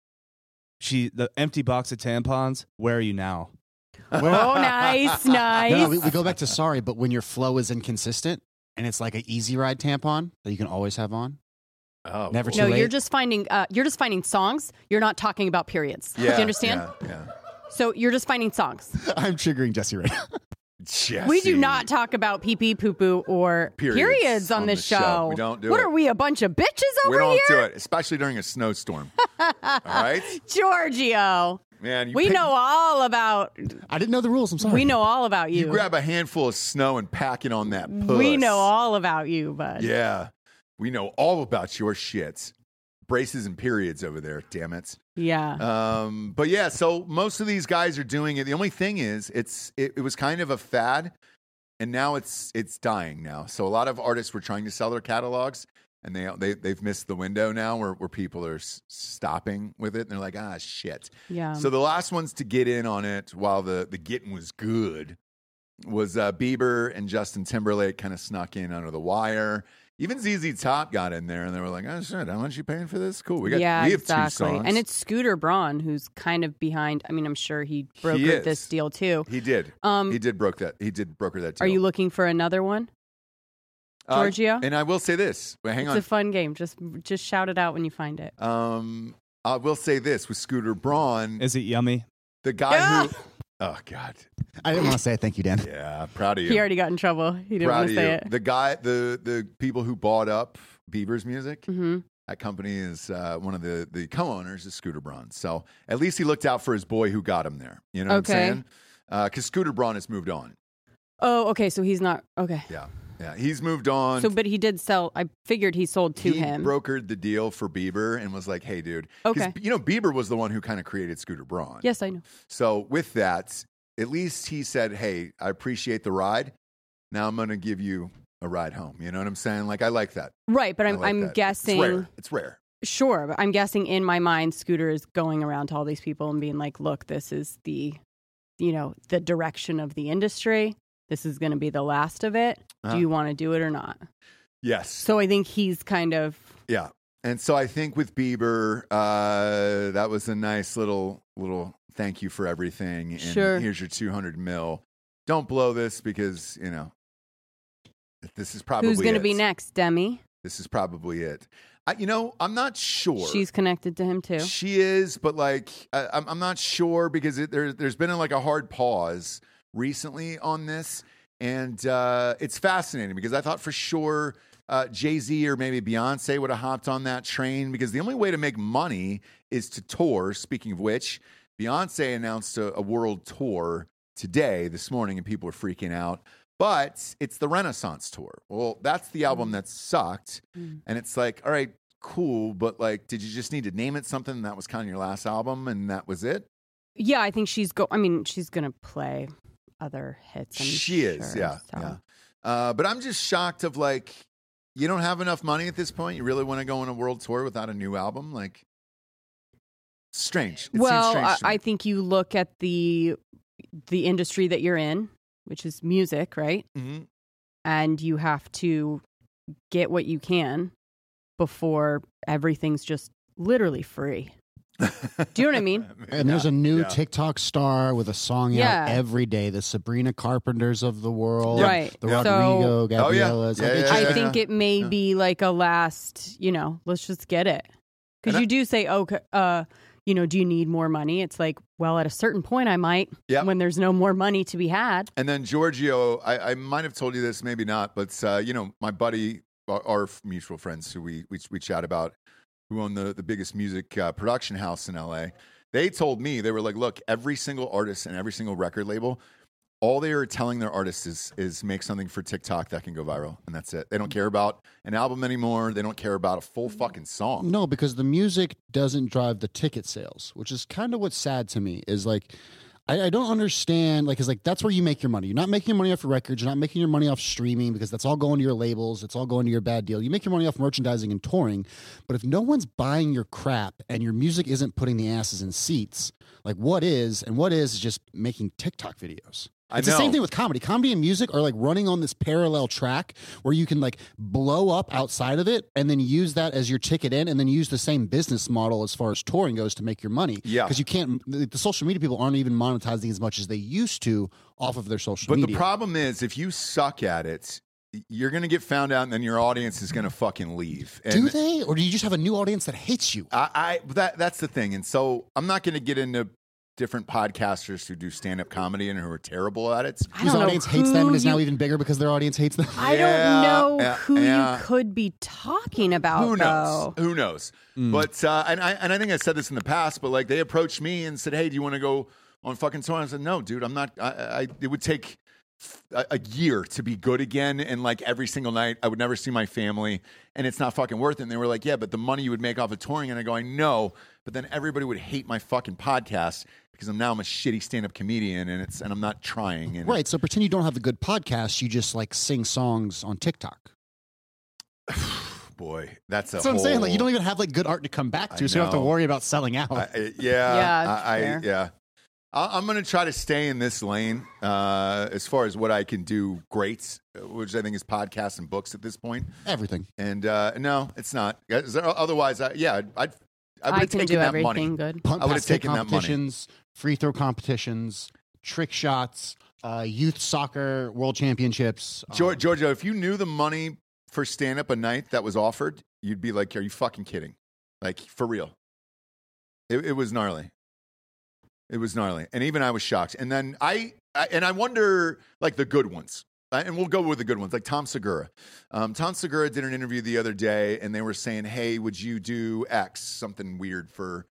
She the empty box of tampons. Where are you now? oh, nice, nice. No, no, we, we go back to sorry, but when your flow is inconsistent and it's like an easy ride tampon that you can always have on. Oh, Never boy. too No, late. you're just finding uh, you're just finding songs. You're not talking about periods. Do Yeah, you understand? Yeah. yeah. So you're just finding songs. I'm triggering Jesse right now. We Jesse. do not talk about pee pee poo poo or Periods periods, on, on this the show. show. We don't do what it. are we, a bunch of bitches We over don't here? do it, especially during a snowstorm. All right, Giorgio. man. You We pick- know all about I didn't know the rules. I'm sorry. we know all about You you. grab a handful of snow and pack it on that puss. we know all about you, bud. Yeah, we know all about your shit. Braces and periods over there, damn it. Yeah. Um, but yeah, so most of these guys are doing it. The only thing is, it's it, it was kind of a fad, and now it's it's dying now. So a lot of artists were trying to sell their catalogs, and they they they've missed the window now where where people are s- stopping with it, and they're like, ah, shit. yeah. So the last ones to get in on it while the, the getting was good was uh, Bieber and Justin Timberlake kind of snuck in under the wire. Even ZZ Top got in there and they were like, oh shit, how much you paying for this? Cool. We got yeah, we have exactly. two songs. And it's Scooter Braun who's kind of behind. I mean, I'm sure he brokered is. this deal too. he did. Um, he did broke that he did broker that deal. are you looking for another one, Uh, Giorgio? and I will say this. Wait, hang it's on. a fun game. Just just shout it out when you find it. um I will say this with Scooter Braun, Is it yummy? the guy who Ah! Oh God. I didn't want to say it. thank you, Dan. Yeah, proud of you. He already got in trouble. He didn't proud want of to you. say it. The guy the the people who bought up Bieber's music. hmm That company is uh, one of the, the co owners is Scooter Braun. So at least he looked out for his boy who got him there. You know what Okay. I'm saying? Because Scooter Braun has moved on. Oh, okay. So he's not okay. Yeah. Yeah. He's moved on. So, but he did sell. I figured he sold to he him. brokered the deal for Bieber and was like, hey, dude. 'Cause, Okay. You know, Bieber was the one who kind of created Scooter Braun. yes, I know. So with that, at least he said, hey, I appreciate the ride. Now I'm going to give you a ride home. You know what I'm saying? Like, I like that. Right, but I I'm like I'm that. guessing. It's rare. It's rare. Sure, but I'm guessing in my mind, Scooter is going around to all these people and being like, "Look, this is the, you know, the direction of the industry. this is going to be the last of it. Uh-huh. Do you want to do it or not? Yes. So I think he's kind of yeah. And so I think with Bieber, uh, that was a nice little little thank you for everything. And Sure. here's your 200 mil. Don't blow this because, you know, this is probably who's going to it. be next, Demi. This is probably it. I, you know, I'm not sure. She's connected to him too. She is, but like I, I'm, I'm not sure because it, there, there's been like a hard pause recently on this, and uh, it's fascinating because I thought for sure uh, Jay Z or maybe Beyonce would have hopped on that train because the only way to make money is to tour. Speaking of which, Beyonce announced a, a world tour today, this morning, and people are freaking out. But it's the Renaissance tour. Well, that's the album that sucked. Mm. And it's like, all right, cool, but like, did you just need to name it something? That was kind of your last album, and that was it? Yeah, I think she's go. I mean, she's going to play other hits. I'm she is, sure, yeah. so. yeah. Uh, but I'm just shocked of like, you don't have enough money at this point. You really want to go on a world tour without a new album? Like, strange. It seems well, strange I, to me. I think you look at the the industry that you're in, which is music, right? Mhm. and you have to get what you can before everything's just literally free. Mm-hmm. Do you know what I mean? And there's a new yeah. TikTok star with a song Yeah. out every day. The Sabrina Carpenters of the world, Yeah. Right. The Yeah. Rodrigo Oh, yeah. Gabrielas. Yeah, Like, yeah, it's yeah, I just- think it may Yeah. be like a last, you know, let's just get it. And Because I- you do say, oh, c- uh, you know, do you need more money? It's like, well, at a certain point, I might Yep. when there's no more money to be had. And then Giorgio, I, I might have told you this, maybe not, but uh, you know, my buddy, our, our mutual friends who we, we we chat about, who own the the biggest music uh, production house in LA, they told me they were like, look, every single artist and every single record label, all they are telling their artists is is make something for TikTok that can go viral, and that's it. They don't care about an album anymore. They don't care about a full fucking song. Mm-hmm. No, because the music doesn't drive the ticket sales, which is kind of what's sad to me. Is like, I, I don't understand. Like, is like that's where you make your money. You're not making your money off your records. You're not making your money off streaming because that's all going to your labels. It's all going to your bad deal. You make your money off merchandising and touring, but if no one's buying your crap and your music isn't putting the asses in seats, like what is and what is is just making TikTok videos. I it's the same know. thing with comedy. Comedy and music are like running on this parallel track where you can like blow up outside of it and then use that as your ticket in and then use the same business model as far as touring goes to make your money. Yeah. Because you can't, the, the social media people aren't even monetizing as much as they used to off of their social But media. the problem is, if you suck at it, you're gonna get found out, and then your audience is gonna fucking leave. And, do they? Or do you just have a new audience that hates you? I, I that that's the thing, and so I'm not going to get into different podcasters who do stand up comedy and who are terrible at it. I Whose don't know audience hates them who and is now you- even bigger because their audience hates them? I Yeah, don't know yeah, who yeah. you could be talking about. Who knows? though. Who knows? Hmm. But uh, and I and I think I said this in the past, but like they approached me and said, "Hey, do you want to go on fucking tour?" And I said, "No, dude, I'm not. I, I it would take." A, a year to be good again, and like every single night, I would never see my family, and it's not fucking worth it. And they were like, "Yeah, but the money you would make off of touring," and I go, "I know," but then everybody would hate my fucking podcast because I'm now I'm a shitty stand up comedian, and it's and I'm not trying. And Right. So pretend you don't have a good podcast. You just like sing songs on TikTok. boy, that's a That's what I'm saying. Like you whole- don't even have like good art to come back I to, so you don't have know. to worry about selling out. I, I- yeah, Yeah, I, I fair. yeah. I, I'm gonna try to stay in this lane uh, as far as what I can do great, which I think is podcasts and books at this point. Everything. And uh, no, it's not. Is there- Otherwise, I, yeah, I'd, I'd I would I have can taken do that everything money. good. Punt I would've pass play taken that money. competitions, free throw competitions, trick shots, uh, youth soccer world championships. um, Geor- Giorgio, if you knew the money for stand up a night that was offered, you'd be like, "Are you fucking kidding?" Like for real. It, it was gnarly. It was gnarly, and even I was shocked. And then I, I and I wonder like the good ones. I- And we'll go with the good ones, like Tom Segura. Um, Tom Segura did an interview the other day, and they were saying, "Hey, would you do X something weird for,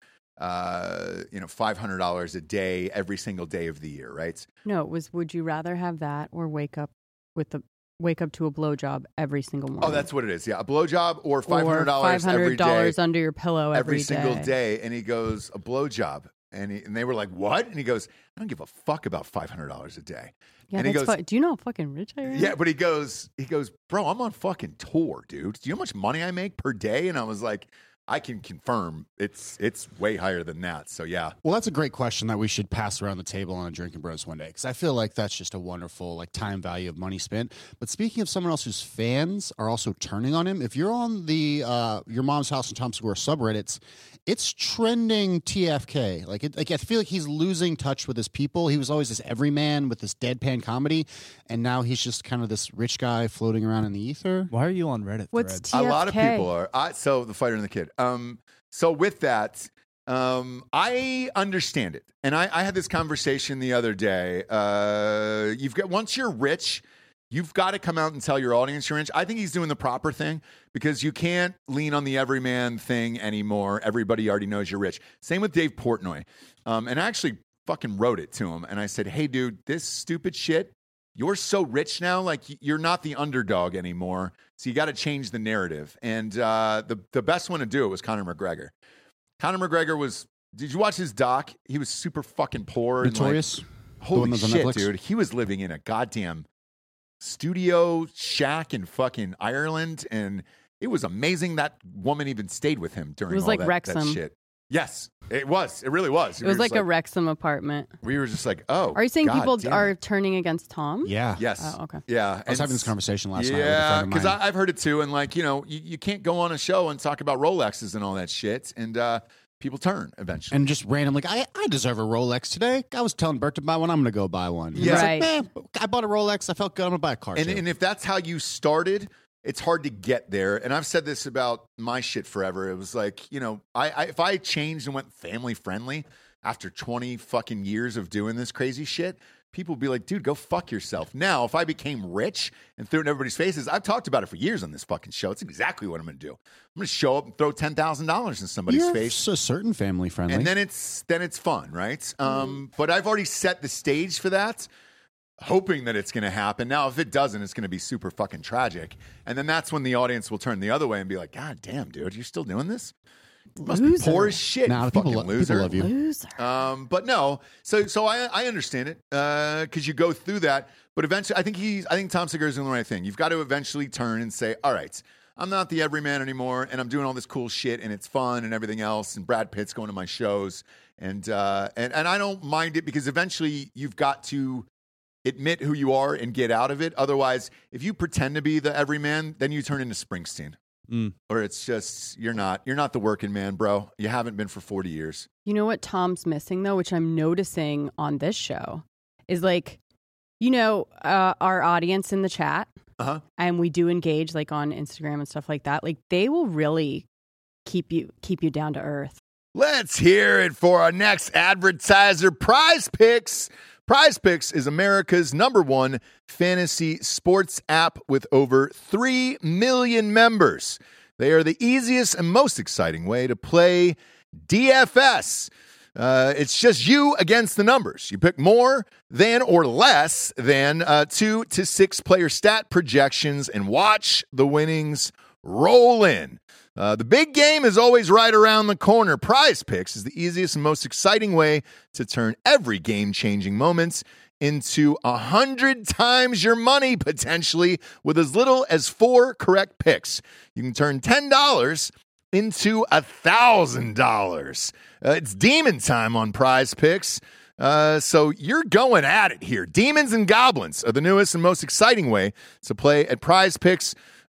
uh, you know, five hundred dollars a day every single day of the year, right?" No, it was would you rather have that or wake up with the wake up to a blowjob every single morning? Oh, that's what it is. Yeah, a blowjob or five Or hundred dollars every day, $500 under your pillow every day. single day. And he goes, a blowjob. And, he, and they were like, what? And he goes, I don't give a fuck about five hundred dollars a day. Yeah, And he that's goes- fu- Do you know how fucking rich I am? Yeah, but he goes, he goes, bro, I'm on fucking tour, dude. Do you know how much money I make per day? And I was like, I can confirm it's it's way higher than that. So yeah, Well, that's a great question that we should pass around the table on a drinking bros one day because I feel like that's just a wonderful like time value of money spent. But speaking of someone else whose fans are also turning on him, if you're on the uh, your mom's house in Times Square subreddits, it's trending TFK. Like, it, like I feel like he's losing touch with his people. He was always this everyman with this deadpan comedy, and now he's just kind of this rich guy floating around in the ether. Why are you on Reddit What's threads? t- a lot of TFK. people are. I, so the fighter and the kid. Um, so with that, um, I understand it, and I, I had this conversation the other day. Uh, you've got once you're rich. You've got to come out and tell your audience you're rich. I think he's doing the proper thing because you can't lean on the everyman thing anymore. Everybody already knows you're rich. Same with Dave Portnoy. Um, and I actually fucking wrote it to him. And I said, hey, dude, this stupid shit you're so rich now like y- you're not the underdog anymore so you got to change the narrative and uh, the, the best one to do it was conor mcgregor conor mcgregor was did you watch his doc he was super fucking poor and, like, Notorious. Holy one that's on shit, Netflix? dude. He was living in a goddamn studio shack in fucking Ireland and it was amazing that woman even stayed with him during It was all like that, Wrexham. that shit. Yes, it was. It really was. It was like a Wrexham apartment. we were just like, oh. Are you saying God people damn are it. turning against Tom? yeah. Yes. Oh, okay. Hmm? Yeah. I was having this conversation last night. with a Yeah, friend of because mine. I've heard it too, and like you know, you, you can't go on a show and talk about Rolexes and all that shit, and uh, people turn eventually. and just random like I, I deserve a Rolex today. I was telling Bert to buy one. I'm gonna go buy one. Yeah. It's Right. like, "Meh, I bought a Rolex. I felt good. I'm gonna buy a car. and, too." and if that's how you started it's hard to get there and i've said this about my shit forever it was like you know i, I if i changed and went family friendly after 20 fucking years of doing this crazy shit people would be like dude go fuck yourself now if i became rich and threw it in everybody's faces i've talked about it for years on this fucking show it's exactly what i'm gonna do i'm gonna show up and throw $10000 in somebody's You're face so certain family friendly. and then it's then it's fun, right? Um, but I've already set the stage for that, hoping that it's going to happen. Now, if it doesn't, it's going to be super fucking tragic, and then that's when the audience will turn the other way and be like, "God damn, dude, you're still doing this? You must be Loser. poor as shit, Nah, you people fucking lo- people loser." love you. Loser. Um, but no, so so I I understand it because you go through that, but eventually I think he's I think Tom Segura's doing the right thing. You've got to eventually turn and say, all right. I'm not the everyman anymore, and I'm doing all this cool shit, and it's fun, and everything else. And Brad Pitt's going to my shows, and uh, and and I don't mind it because eventually you've got to admit who you are and get out of it. Otherwise, if you pretend to be the everyman, then you turn into Springsteen, Mm. or it's just you're not you're not the working man, bro. You haven't been for 40 years. You know what Tom's missing though, which I'm noticing on this show, is like, you know, uh, our audience in the chat, Uh-huh. and we do engage like on Instagram and stuff like that. Like they will really keep you keep you down to earth. Let's hear it for our next advertiser, Prize Picks. Prize Picks is America's number one fantasy sports app with over 3 million members. They are the easiest and most exciting way to play DFS. Uh, it's just you against the numbers. You pick more than or less than uh, two to six player stat projections and watch the winnings roll in. Uh, the big game is always right around the corner. Prize picks is the easiest and most exciting way to turn every game changing moments into a hundred times your money potentially with as little as four correct picks. You can turn ten dollars into a thousand dollars. Uh, It's demon time on Prize Picks. Uh, so you're going at it here. Demons and goblins are the newest and most exciting way to play at Prize Picks.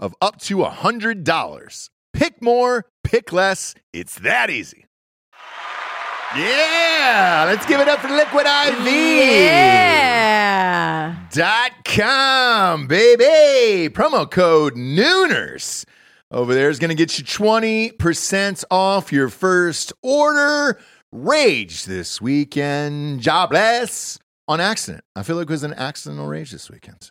of up to $100. Pick more, pick less. It's that easy. Yeah, let's give it up for Liquid IV. Yeah. dot com baby promo code nooners over there is going to get you 20% off your first order rage this weekend jobless on accident i feel like it was an accidental rage this weekend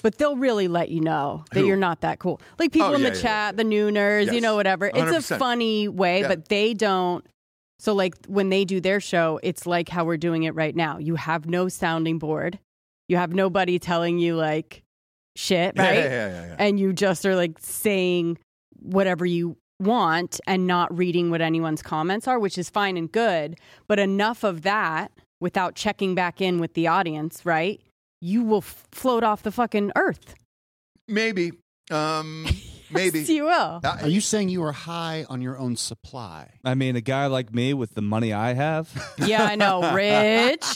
But they'll really let you know that Who? you're not that cool. Like people Oh, in yeah, the yeah, chat, the nooners, you Yes. know, whatever. It's a 100%. funny way, Yeah. but they don't. So, like when they do their show, it's like how we're doing it right now. You have no sounding board, you have nobody telling you like shit, right? yeah, yeah. And you just are like saying whatever you want and not reading what anyone's comments are, which is fine and good. But enough of that without checking back in with the audience, right? You will f- float off the fucking earth. Maybe. Um, Yes, maybe. you will. I- Are you saying you are high on your own supply? I mean, a guy like me with the money I have. Yeah, I know. Rich.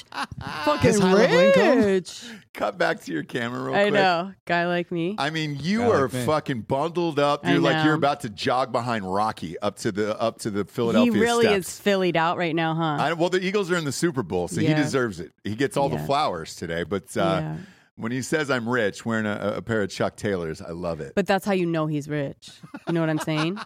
His high level income? Fucking rich. Cut back to your camera real I quick. know. Guy like me. I mean, you Yeah, like are me. fucking bundled up. I You're like you're know. about to jog behind Rocky up to the up to the He Philadelphia really steps. is Phillied out right now, huh? I, well, the Eagles are in the Super Bowl, so Yeah. he deserves it. He gets all the Yeah. flowers today. But uh, Yeah. when he says I'm rich, wearing a, a pair of Chuck Taylors, I love it. But that's how you know he's rich. You know what I'm saying?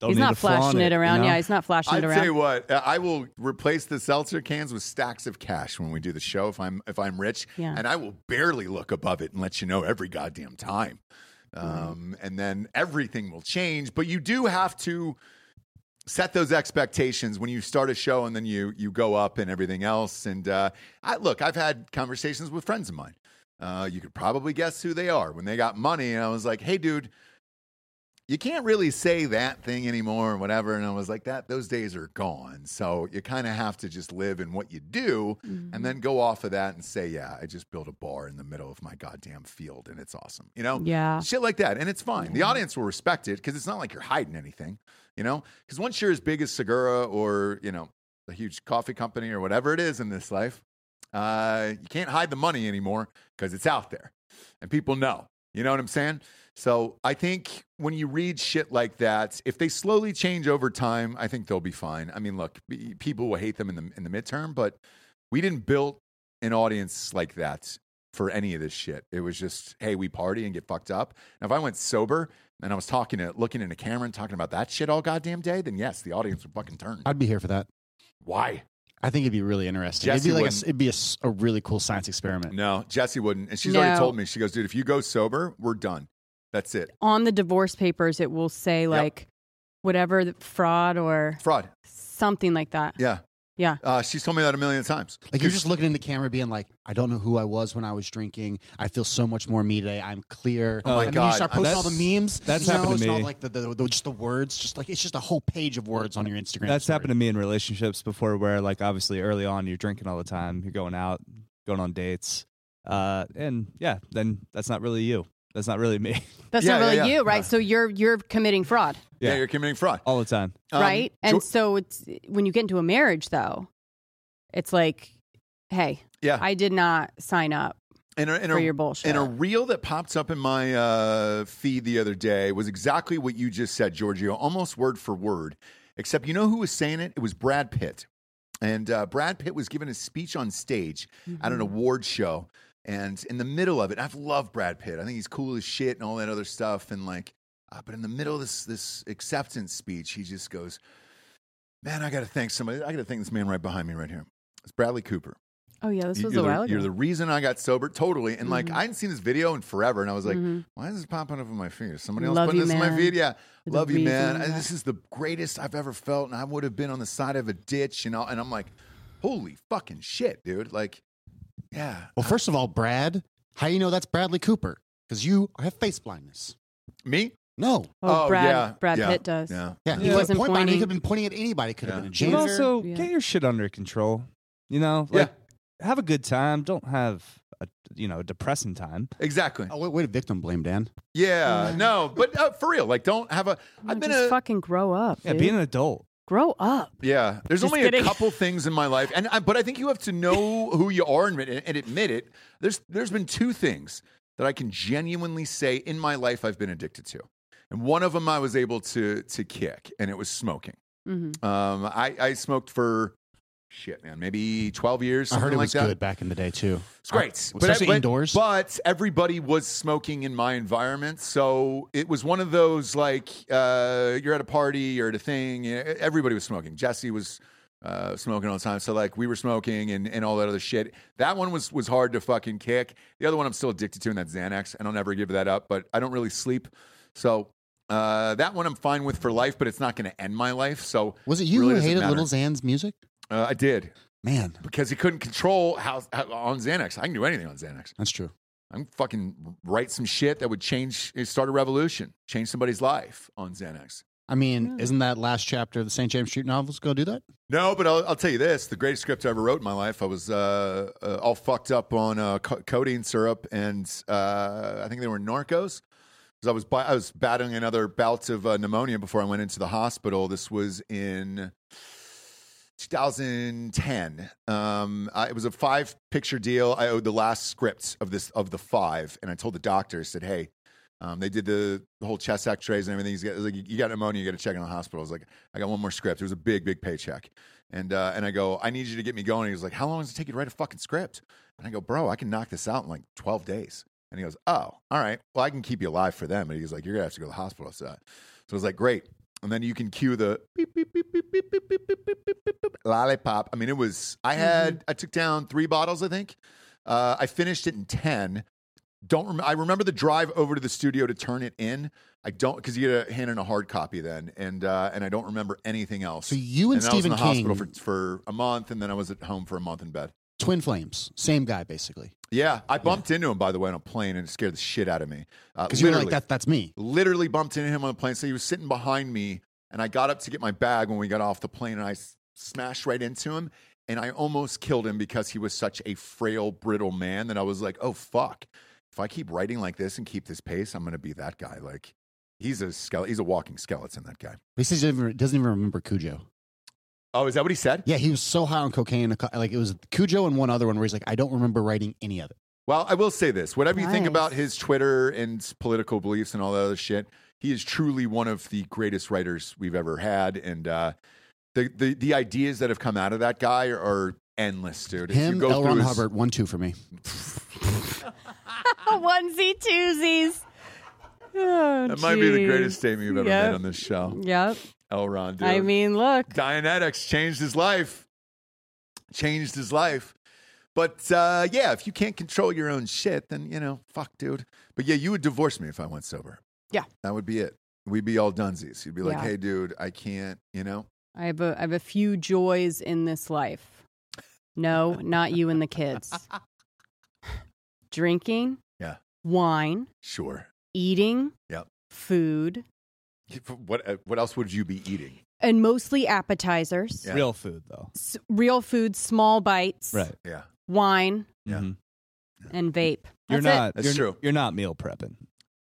Don't he's need not to flaunt flashing it, you around. know? Yeah, he's not flashing I it tell around. you what, uh, I will replace the seltzer cans with stacks of cash when we do the show if I'm if I'm rich, Yeah. and I will barely look above it and let you know every goddamn time. Um, And then everything will change, but you do have to set those expectations when you start a show and then you you go up and everything else. And uh, I, look, I've had conversations with friends of mine. Uh, you could probably guess who they are when they got money, and I was like, "Hey, dude." you can't really say that thing anymore or whatever and i was like that those days are gone so you kind of have to just live in what you do Mm-hmm. and then go off of that and say yeah i just built a bar in the middle of my goddamn field and it's awesome you know Yeah. shit like that and it's fine the audience will respect it because it's not like you're hiding anything you know because once you're as big as segura or you know a huge coffee company or whatever it is in this life uh, you can't hide the money anymore because it's out there and people know. You know what I'm saying? So I think when you read shit like that, if they slowly change over time, I think they'll be fine. I mean, look, b- people will hate them in the in the midterm, but we didn't build an audience like that for any of this shit. It was just, hey, we party and get fucked up. And if I went sober, and I was talking to looking into camera and talking about that shit all goddamn day, then yes, the audience would fucking turn. I'd be here for that. Why? I think it'd be really interesting. Jesse it'd be like a, wouldn't. it'd be a, s- a really cool science experiment. No, Jesse wouldn't. And she's already No. told me. She goes, dude, if you go sober, we're done. That's it. On the divorce papers, it will say like whatever the fraud or Fraud. something like that. Yeah. Yeah. Uh, she's told me that a million times. Like you're just looking in the camera, being like, "I don't know who I was when I was drinking. I feel so much more me today. I'm clear." Oh my and then God. You start posting all That's- the memes. that's you know, happened to it's me. Not like the, the, the just the words, just like it's just a whole page of words on your Instagram. That's happened to me in relationships before, where like obviously early on you're drinking all the time, you're going out, going on dates, uh, and yeah, then that's not really you. That's not really me That's Yeah, not really yeah, yeah. you, right? So you're you're committing fraud, yeah. Yeah. you're committing fraud. all the time. Um, right? And Jo- so it's when you get into a marriage though, it's like, hey, yeah. I did not sign up in a, Uh, in for a- your bullshit. And a reel that popped up in my uh, feed the other day was exactly what you just said, Giorgio, almost word for word. Except you know who was saying it? It was Brad Pitt. And uh, Brad Pitt was giving a speech on stage at Mm-hmm. an award show. And in the middle of it, I've loved Brad Pitt. I think he's cool as shit and all that other stuff. And like, uh, but in the middle of this this acceptance speech, he just goes, "Man, I got to thank somebody. I got to thank this man right behind me, right here. It's Bradley Cooper." oh yeah, this You- was you're a the, while ago. You're the reason I got sober, totally. And like, Mhm. I hadn't seen this video in forever, and I was like, Mhm. why is this popping up in my feed? Is Somebody else Love putting you, this in my man. feed? Yeah, You're the love you, man. reason I- that- this is the greatest I've ever felt, and I would have been on the side of a ditch, and, I, and I'm like, holy fucking shit, dude. Like, yeah, Well, first of all, Brad, how you know that's Bradley Cooper? Because you have face blindness. me. No, oh, Oh, Brad, yeah, Brad yeah, Pitt does. Yeah, yeah, He could've wasn't point pointing. blinded. He could have been pointing at anybody. Could have Yeah. been a But janitor. also, Yeah. get your shit under control. You know, like have a good time. Don't have a you know a depressing time. exactly. oh, wait, wait, victim blame, Dan. Yeah, Yeah. no, but uh, for real, like, don't have a. Come on, I've been just a. fucking grow up. Yeah, dude. being an adult. grow up. Yeah, there's Just only a kidding. couple things in my life, and I, but I think you have to know who you are and, admit- and admit it. There's there's been two things that I can genuinely say in my life I've been addicted to, and one of them I was able to to kick, and it was smoking. hmm Um, I I smoked for shit, man, maybe 12 years. I Something heard it like was that. good back in the day too. It's great, Uh, Especially indoors. But everybody was smoking in my environment, so it was one of those like uh, you're at a party or at a thing. you know, e-, Everybody was smoking. Jesse was uh, smoking all the time, so like we were smoking and, and all that other shit. That one was was hard to fucking kick. The other one I'm still addicted to, and that's Xanax, and I'll never give that up. But I don't really sleep, so. Uh, that one I'm fine with for life, but it's not going to end my life. So Was it you Really who doesn't hated matter. Little Zan's music? uh, I did Man, because he couldn't control how, how on Xanax. I can do anything on Xanax. that's true. I can fucking write some shit that would change, start a revolution, change somebody's life on Xanax. I mean, Yeah. isn't that last chapter of the St. James Street novels go do that? No, but I'll, I'll tell you this: the greatest script I ever wrote in my life. I was uh, uh, all fucked up on uh, co- codeine syrup, and uh, I think they were Narcos. 'Cause I was bi- I was battling another bout of uh, pneumonia before I went into the hospital. This was in 2010. Um, I, it was a five picture deal. I owed the last script of this of the five, and I told the doctor, I said, "Hey." Um, they did the, the whole chest X-rays and everything. He's got, like, you got pneumonia, you got to check in the hospital. I was like, I got one more script. It was a big, big paycheck. And uh, and I go, I need you to get me going. He was like, How long does it take you to write a fucking script? And I go, Bro, I can knock this out in like 12 days. And he goes, Oh, all right. Well, I can keep you alive for them. And he's like, You're gonna have to go to the hospital. So, so I was like, Great. And then you can cue the beep, beep, beep, beep, beep, beep, beep, beep, beep, beep, beep, beep. lollipop. I mean, it was. I had. I took down three bottles, I think. Uh, I finished it in ten. Don't. Rem- I remember the drive over to the studio to turn it in. I don't because you get a hand in a hard copy then, and uh, and I don't remember anything else. So you and, I was in Stephen the King, hospital for, for a month, and then I was at home for a month in bed. twin flames, same guy basically. Yeah, I bumped into him by the way on a plane, and it scared the shit out of me. Uh, Because you were like, literally. that, that's me. literally bumped into him on the plane. So he was sitting behind me, and I got up to get my bag when we got off the plane, and I s- smashed right into him. And I almost killed him because he was such a frail, brittle man that I was like, oh, fuck. If I keep writing like this and keep this pace, I'm going to be that guy. Like, he's a skele- he's a walking skeleton, that guy. He says he doesn't even- doesn't even remember Cujo. Oh, is that what he said? Yeah, he was so high on cocaine. Like it was Cujo and one other one where he's like, I don't remember writing any of it. Well, I will say this. Whatever you think Nice. about his Twitter and political beliefs and all that other shit, he is truly one of the greatest writers we've ever had. And uh, the, the, the ideas that have come out of that guy are, are endless, dude. If you Him, go L. through Ron his- Hubbard, one two for me. Onesie twosies. Oh, That might be the geez. greatest statement you've ever Yep. made on this show. Yep. Elrond, dude. I mean, look. Dianetics changed his life. Changed his life. But uh, yeah, if you can't control your own shit, then you know, fuck, dude. But yeah, you would divorce me if I went sober. Yeah. that would be it. We'd be all dunsies. You'd be like, Yeah. hey, dude, I can't. You know, I have a, I have a few joys in this life. No, not you and the kids. Drinking. Yeah. Wine. sure. Eating. Yep. Food. What uh, what else would you be eating? And mostly appetizers. Yeah. Real food, though. S- real food, small bites. Right. Yeah, Wine Yeah. Mhm. and vape. You're That's it. not. That's you're, true. You're not meal prepping.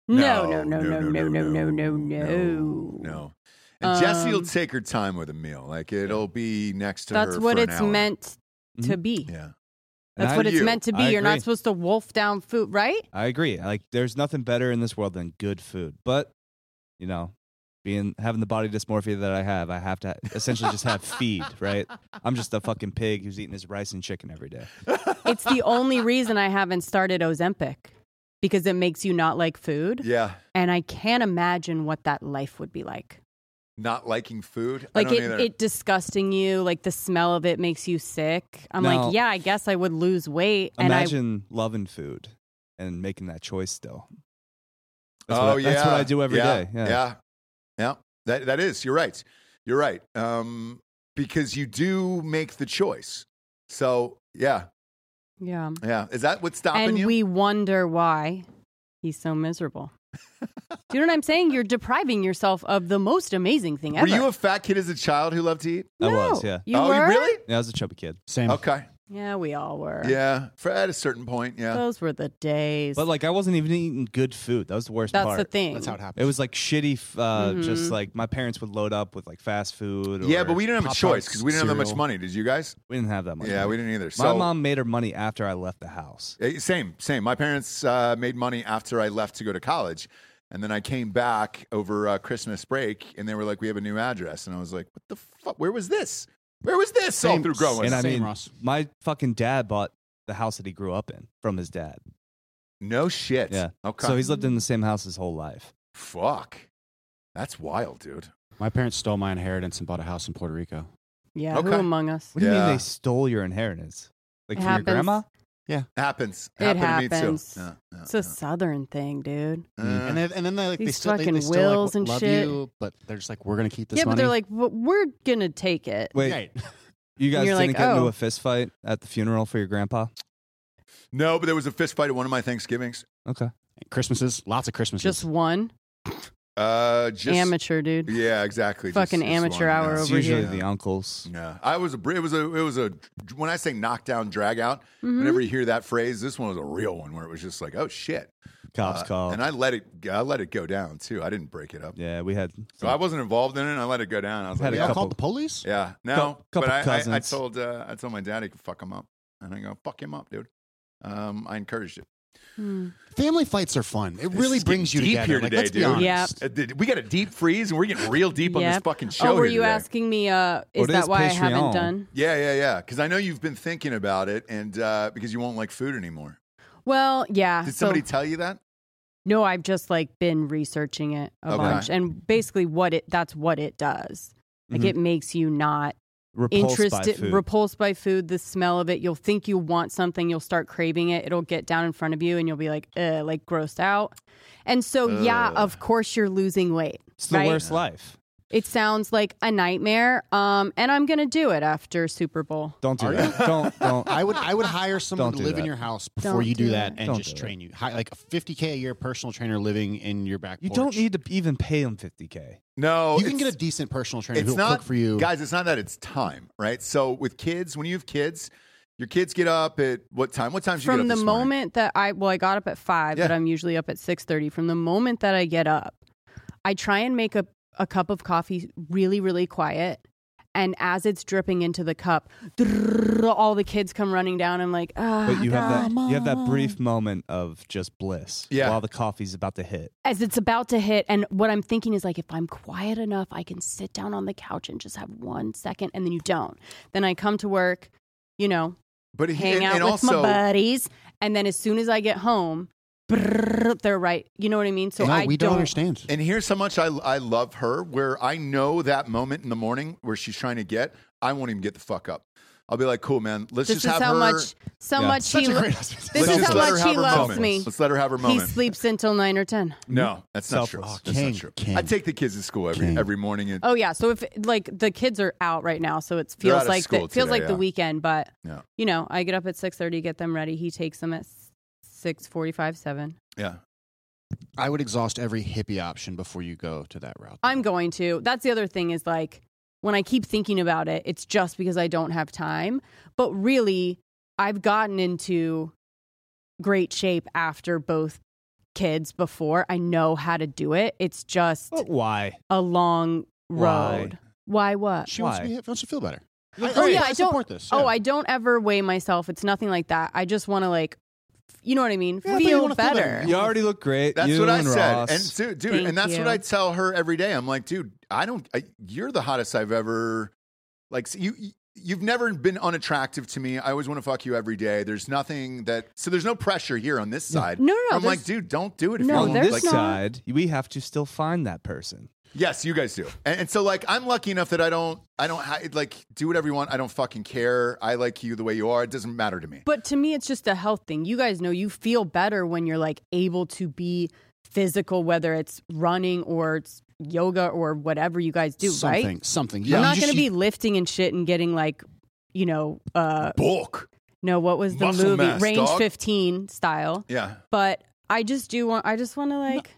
No, no, no, no, no, no, no, no, no. no. And Jesse will Um, take her time with a meal. Like it'll be next to her. That's what for an it's hour. meant to be. Yeah. And That's I- what it's you. meant to be. I You're agree. not supposed to wolf down food, right? I agree. Like, there's nothing better in this world than good food. But, you know, being having the body dysmorphia that I have, I have to essentially just have feed. Right? I'm just a fucking pig who's eating his rice and chicken every day. It's the only reason I haven't started Ozempic because it makes you not like food. Yeah. And I can't imagine what that life would be like. Not liking food. I Like don't it, either. it disgusting you, like the smell of it makes you sick. I'm Now- like, yeah, I guess I would lose weight. And Imagine loving food and making that choice still. That's oh what I, yeah, That's what I do every day. Yeah. yeah, Yeah. That that is. You're right. You're right. Um, because you do make the choice. So yeah, I, yeah. yeah. Is that what's stopping and you? we wonder why he's so miserable. Do you know what I'm saying? You're depriving yourself of the most amazing thing were ever. you a fat kid as a child who loved to eat? I no, was, yeah. You oh, were? you really? Yeah, I was a chubby kid. Same. Okay. Yeah, we all were. Yeah. For at a certain point, yeah. Those were the days. But like, I wasn't even eating good food. That was the worst That's part. the thing. That's how it happens. It was like shitty, f- uh, Mhm. just like my parents would load up with like fast food. Or Yeah, but we didn't have a Pop-Tarts, choice because we didn't have that much cereal. money. Did you guys? We didn't have that much. Yeah, money. we didn't either. My So- mom made her money after I left the house. Eh, Same, same. My parents uh, made money after I left to go to college. And then I came back over uh, Christmas break and they were like, we have a new address. And I was like, what the fuck? Where was this? Where was this all Same- through growing And up? I Same, mean, Ross. my fucking dad bought the house that he grew up in from his dad. No shit. Yeah. Okay. So he's lived in the same house his whole life. fuck. That's wild, dude. My parents stole my inheritance and bought a house in Puerto Rico. yeah, who Okay. among us? What do you Yeah. mean they stole your inheritance? Like It from happens. your grandma? Happens. It Happened happens. to me too. Yeah, yeah, Eh. It's a southern thing, dude. yeah. Mm. And then, and then they, like, they These still, they, fucking they still like, wills and love shit. you, but they're just like, we're gonna keep this yeah, money. but they're like, well, we're gonna take it. Wait, Right. you guys you're didn't like, get into oh. a fist fight at the funeral for your grandpa? no, but there was a fist fight at one of my Thanksgivings. Okay. Christmases, lots of Christmases. Just one Uh, just amateur dude. Yeah, exactly. Just- Fucking just amateur one, hour yeah. over It's usually here. the uncles. Yeah, I was a. br- It was a. It was a. When I say knockdown, drag out. Mhm. Whenever you hear that phrase, this one was a real one where it was just like, oh shit. Cops Uh, call. And I let it. I let it go down too. I didn't break it up. yeah, we had. So I wasn't involved in it. and I let it go down. I was Had like, a yeah, y'all couple- called the police. yeah, no. Cou- but couple I, I, I cousins. told. Uh, I told my dad he could fuck him up, and I go fuck him up, dude. Um, I encouraged it. Hmm. Family fights are fun. It really is brings you getting deep together. here Like, today, let's be dude. honest. Yep. Uh, did- We got a deep freeze, and we're getting real deep on this Yep. fucking show. Oh, were here you today. asking me? Uh, is What that is why I haven't Patreon? done? Yeah, yeah, yeah. Because I know you've been thinking about it, and uh, because you won't like food anymore. Well, yeah. Did so- somebody tell you that? No, I've just like been researching it a Okay. bunch, and basically, what it—that's what it does. Like, Mhm. it makes you not repulsed by interested, food. repulsed by food. The smell of it, you'll think you want something, you'll start craving it. It'll get down in front of you, and you'll be like, uh, like grossed out. And so, yeah, Ugh. of course, you're losing weight. it's the right? worst life. It sounds like a nightmare. Um, and I'm gonna do it after Super Bowl. Don't do Are that. Don't don't. I would I would hire someone to Don't do live in that. your house before Don't you do do that that. and Don't just do train you. Hi, like a 50k a year personal trainer living in your back. you porch. don't need to even pay him 50k. No, you can it's- get a decent personal trainer it's who'll not- cook for you. guys it's not that it's time right so with kids when you have kids your kids get up at what time what time do you get From up the this moment morning? that I well, I got up at five, but Yeah. I'm usually up at six thirty. From the moment that I get up, I try and make a, a cup of coffee really, really quiet. And as it's dripping into the cup, all the kids come running down. I'm like, ah, But you God. have that you have that brief moment of just bliss Yeah. while the coffee's about to hit. as it's about to hit. And what I'm thinking is like, if I'm quiet enough, I can sit down on the couch and just have one second. And then you don't. Then I come to work, you know, but he- hang and, out and with also my buddies. And then as soon as I get home, brrr, they're right. You know what I mean? So no, I we don't, understand. And here's how much I, I love her, where I know that moment in the morning where she's trying to get, I won't even get the fuck up. I'll be like, cool, man. Let's This just is have how her. much, so Yeah. much Such he. a lo- great husband. This let's is just how let much her he have her loves moment. me. Let's let her have her He moment. sleeps until nine or ten. no, that's not true. Selfless. That's not King, true. king, I take the kids to school every king. every morning. And, Oh yeah. So if like the kids are out right now, so it They're out feels of like the, school it feels today, like the yeah. weekend. But Yeah. you know, I get up at six thirty, get them ready. He takes them at six forty-five, seven. Yeah, I would exhaust every hippie option before you go to that route. I'm going to. That's the other thing is like when I keep thinking about it, it's just because I don't have time. But really, I've gotten into great shape after both kids before. I know how to do it. It's just But why? a long Why? road. Why what? She wants, Why? me, wants to feel better. Oh, great. yeah, I don't- support this. Oh, yeah. I don't ever weigh myself. It's nothing like that. I just want to like, f- you know what I mean? Yeah, but you feel wanna feel better. better. You already look great. that's you what I and said. Ross. And dude, dude Thank and that's what you. I tell her every day. I'm like, dude, I don't. I, you're the hottest I've ever. Like so you, you've never been unattractive to me. I always want to fuck you every day. There's nothing that. So there's no pressure here on this side. No, no, no. I'm there's- like, dude, don't do it. If No, you on don't there's like, not- this side, we have to still find that person. Yes, you guys do. And, and so like I'm lucky enough that I don't I don't ha- like do whatever you want. I don't fucking care. I like you the way you are. It doesn't matter to me. But to me, it's just a health thing. You guys know you feel better when you're like able to be physical, whether it's running or it's yoga or whatever you guys do, something, right? Something. Yeah. I'm You not just- going to be you- lifting and shit and getting like, you know, uh Bulk. no, what was the Muscle movie? mass, Range dog. 15 style. Yeah. But I just do want, I just want to like,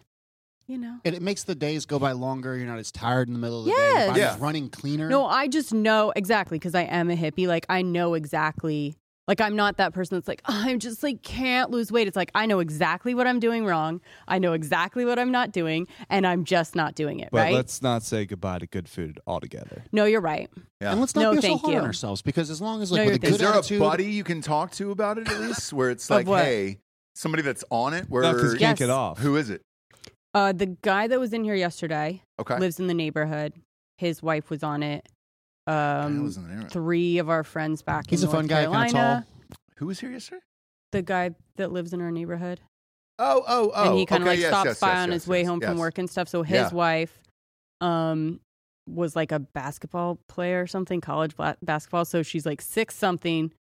you know. And it makes the days go by longer. You're not as tired in the middle of the day. Yes. Your body's Yeah. running cleaner. No, I just know exactly because I am a hippie. Like I know exactly. Like I'm not that person that's like "Oh, I'm just like can't lose weight. It's like I know exactly what I'm doing wrong. I know exactly what I'm not doing, and I'm just not doing it But right. let's not say goodbye to good food altogether. no, you're right. Yeah. And let's not No, be so thank hard on you. ourselves because as long as No, like you're with a thank- good Is there attitude, a buddy you can talk to about it at least where it's Of like, what? hey, somebody that's on it where No, because you can't Yes. get off. who is it? Uh, the guy that was in here yesterday Okay. lives in the neighborhood. His wife was on it. Who Um, was in there? three of our friends back. he's in a fun North guy, kind Carolina. of tall. Who was here yesterday? The guy that lives in our neighborhood. Oh, oh, oh. and he kind of okay, like yes, stops yes, by yes, on yes, his way yes, home yes. from work and stuff. So his Yeah. wife, um, was like a basketball player or something, college ba- basketball. So she's like six something.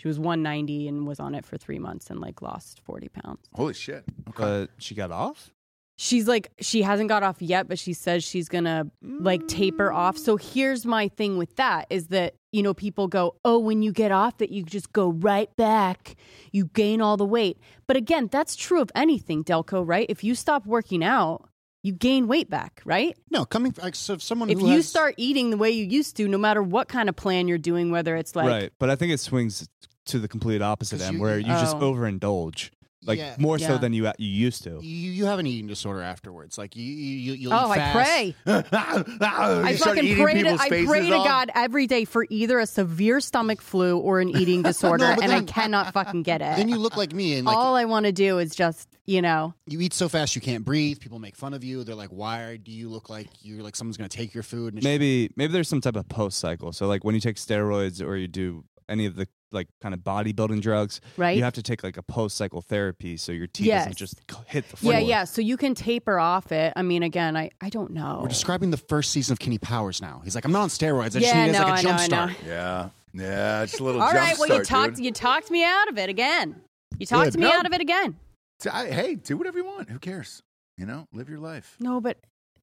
She was 190 and was on it for three months and like lost 40 pounds. Holy shit. Okay. But she got off? She's like, she hasn't got off yet, but she says she's gonna like taper off. So here's my thing with that is that, you know, people go, oh, when you get off it, you just go right back. You gain all the weight. But again, that's true of anything, Delco, right? If you stop working out, you gain weight back, right? No, coming from like, so if someone If who you has- start eating the way you used to, no matter what kind of plan you're doing, whether it's like, right. But I think it swings to the complete opposite 'Cause end you- where you just Oh. overindulge, like Yeah. more so Yeah. than you you used to. you, you have an eating disorder afterwards. Like you, you, you you'll oh, eat I fast. pray. I I fucking pray to, I pray to God every day for either a severe stomach flu or an eating disorder, but and I then- cannot fucking get it. Then you look like me, and like All I want to do is just, you know, you eat so fast you can't breathe. People make fun of you. They're like, "Why do you look like you're like someone's gonna take your food?" And it's- Maybe maybe there's some type of post cycle. So like when you take steroids or you do any of the like kind of bodybuilding drugs, right? you have to take like a post cycle therapy so your teeth Yes. doesn't just c- hit the floor. yeah, yeah. So you can taper off it. I mean, again, I, I don't know. We're describing the first season of Kenny Powers now. He's like, "I'm not on steroids. I just yeah, need it as no, like a I know, jump I start." know. Yeah. Yeah. It's a little All jump right, well, you start, talked, dude. you talked me out of it again. You talked Good. me No. out of it again. So I- hey, do whatever you want. Who cares? You know, live your life. No, but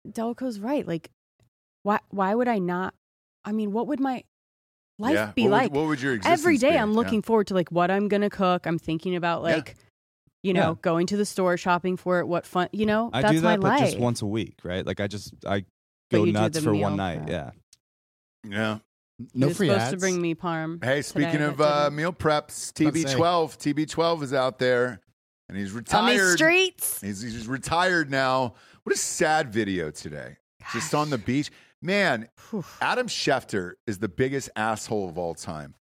Delco's right. Like, why? Why would I not? I mean, what would my life Yeah. be what like? Would, what would your existence Every day, be? I'm Yeah. looking forward to like what I'm gonna cook. I'm thinking about Yeah. like, you know, Yeah. going to the store, shopping for it. What fun? You know, I that's do that, my but life. just once a week, right? Like I just I But go you do nuts the for one meal night. prep. Yeah, Yeah. No You're free supposed ads. to bring me parm. Hey, speaking today, of but uh, didn't. meal preps, About to say. TB12. TB12 is out there, and he's on retired. these streets, He's, he's retired now. What a sad video today. Just on the beach. Man, Whew. Adam Schefter is the biggest asshole of all time.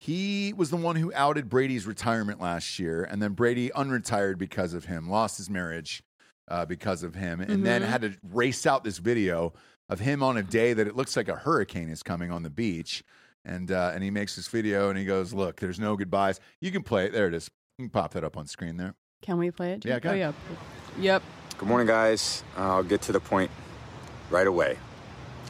He was the one who outed Brady's retirement last year, and then Brady unretired because of him, lost his marriage uh, because of him, and then Mhm. had to race out this video of him on a day that it looks like a hurricane is coming on the beach. And, uh, and he makes this video and he goes, Look, there's no goodbyes. You can play it. There it is. You can pop that up on screen there. Can we play it? Yeah, Jake? Oh, okay. yeah. Yep. Good morning, guys. Uh, I'll get to the point right away.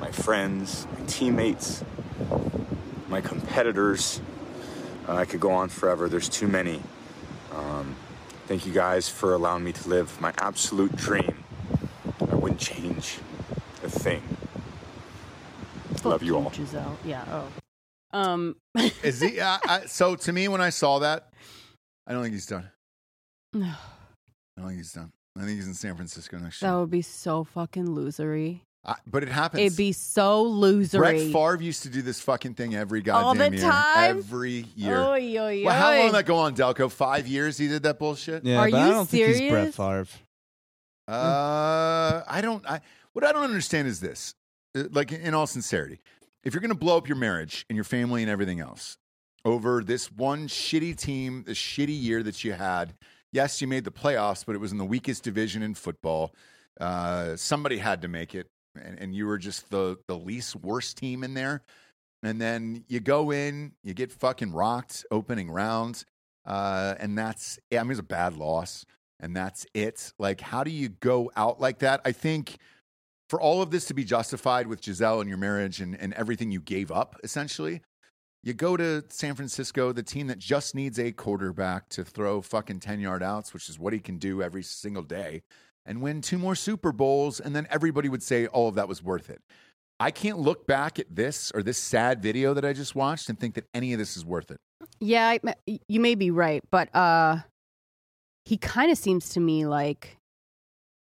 my friends, my teammates, my competitors. Uh, I could go on forever. There's too many. Um, thank you guys for allowing me to live my absolute dream. I wouldn't change a thing. Love you all. Giselle. Yeah. Oh. Um. Is he? Uh, I, so to me, when I saw that, I don't think he's done. No. I don't think he's done. I think he's in San Francisco next year. That would be so fucking losery. I- but it happens. It'd be so losery. Brett Favre used to do this fucking thing every goddamn All the year. time? Every year. Oy, oy, well, how oy. long did that go on, Delco? Five years he did that bullshit? Yeah, Are but I you don't think he's Brett serious? Favre. Uh, I don't. I what I don't understand is this. Uh, Like in all sincerity, if you're going to blow up your marriage and your family and everything else over this one shitty team, the shitty year that you had. Yes, you made the playoffs, but it was in the weakest division in football. Uh, somebody had to make it, and, and you were just the the least worst team in there. And then you go in, you get fucking rocked opening rounds, uh, and that's. I mean, it was a bad loss and that's it. Like, how do you go out like that? I think for all of this to be justified with Giselle and your marriage and, and everything you gave up, essentially, you go to San Francisco, the team that just needs a quarterback to throw fucking 10 yard outs, which is what he can do every single day, and win two more Super Bowls. And then everybody would say all of that was worth it. I can't look back at this or this sad video that I just watched and think that any of this is worth it. Yeah, I, you may be right, but uh, he kind of seems to me like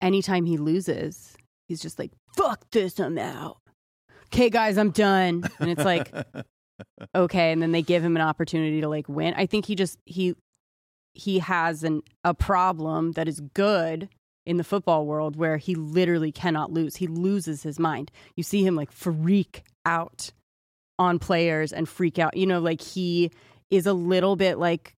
anytime he loses, he's just like, "Fuck this, I'm out." Okay, guys, I'm done. And it's like, okay, and then they give him an opportunity to like win. I think he just he he has an a problem that is good in the football world where he literally cannot lose. He loses his mind. You see him like freak out on players and freak out. You know, like he is a little bit like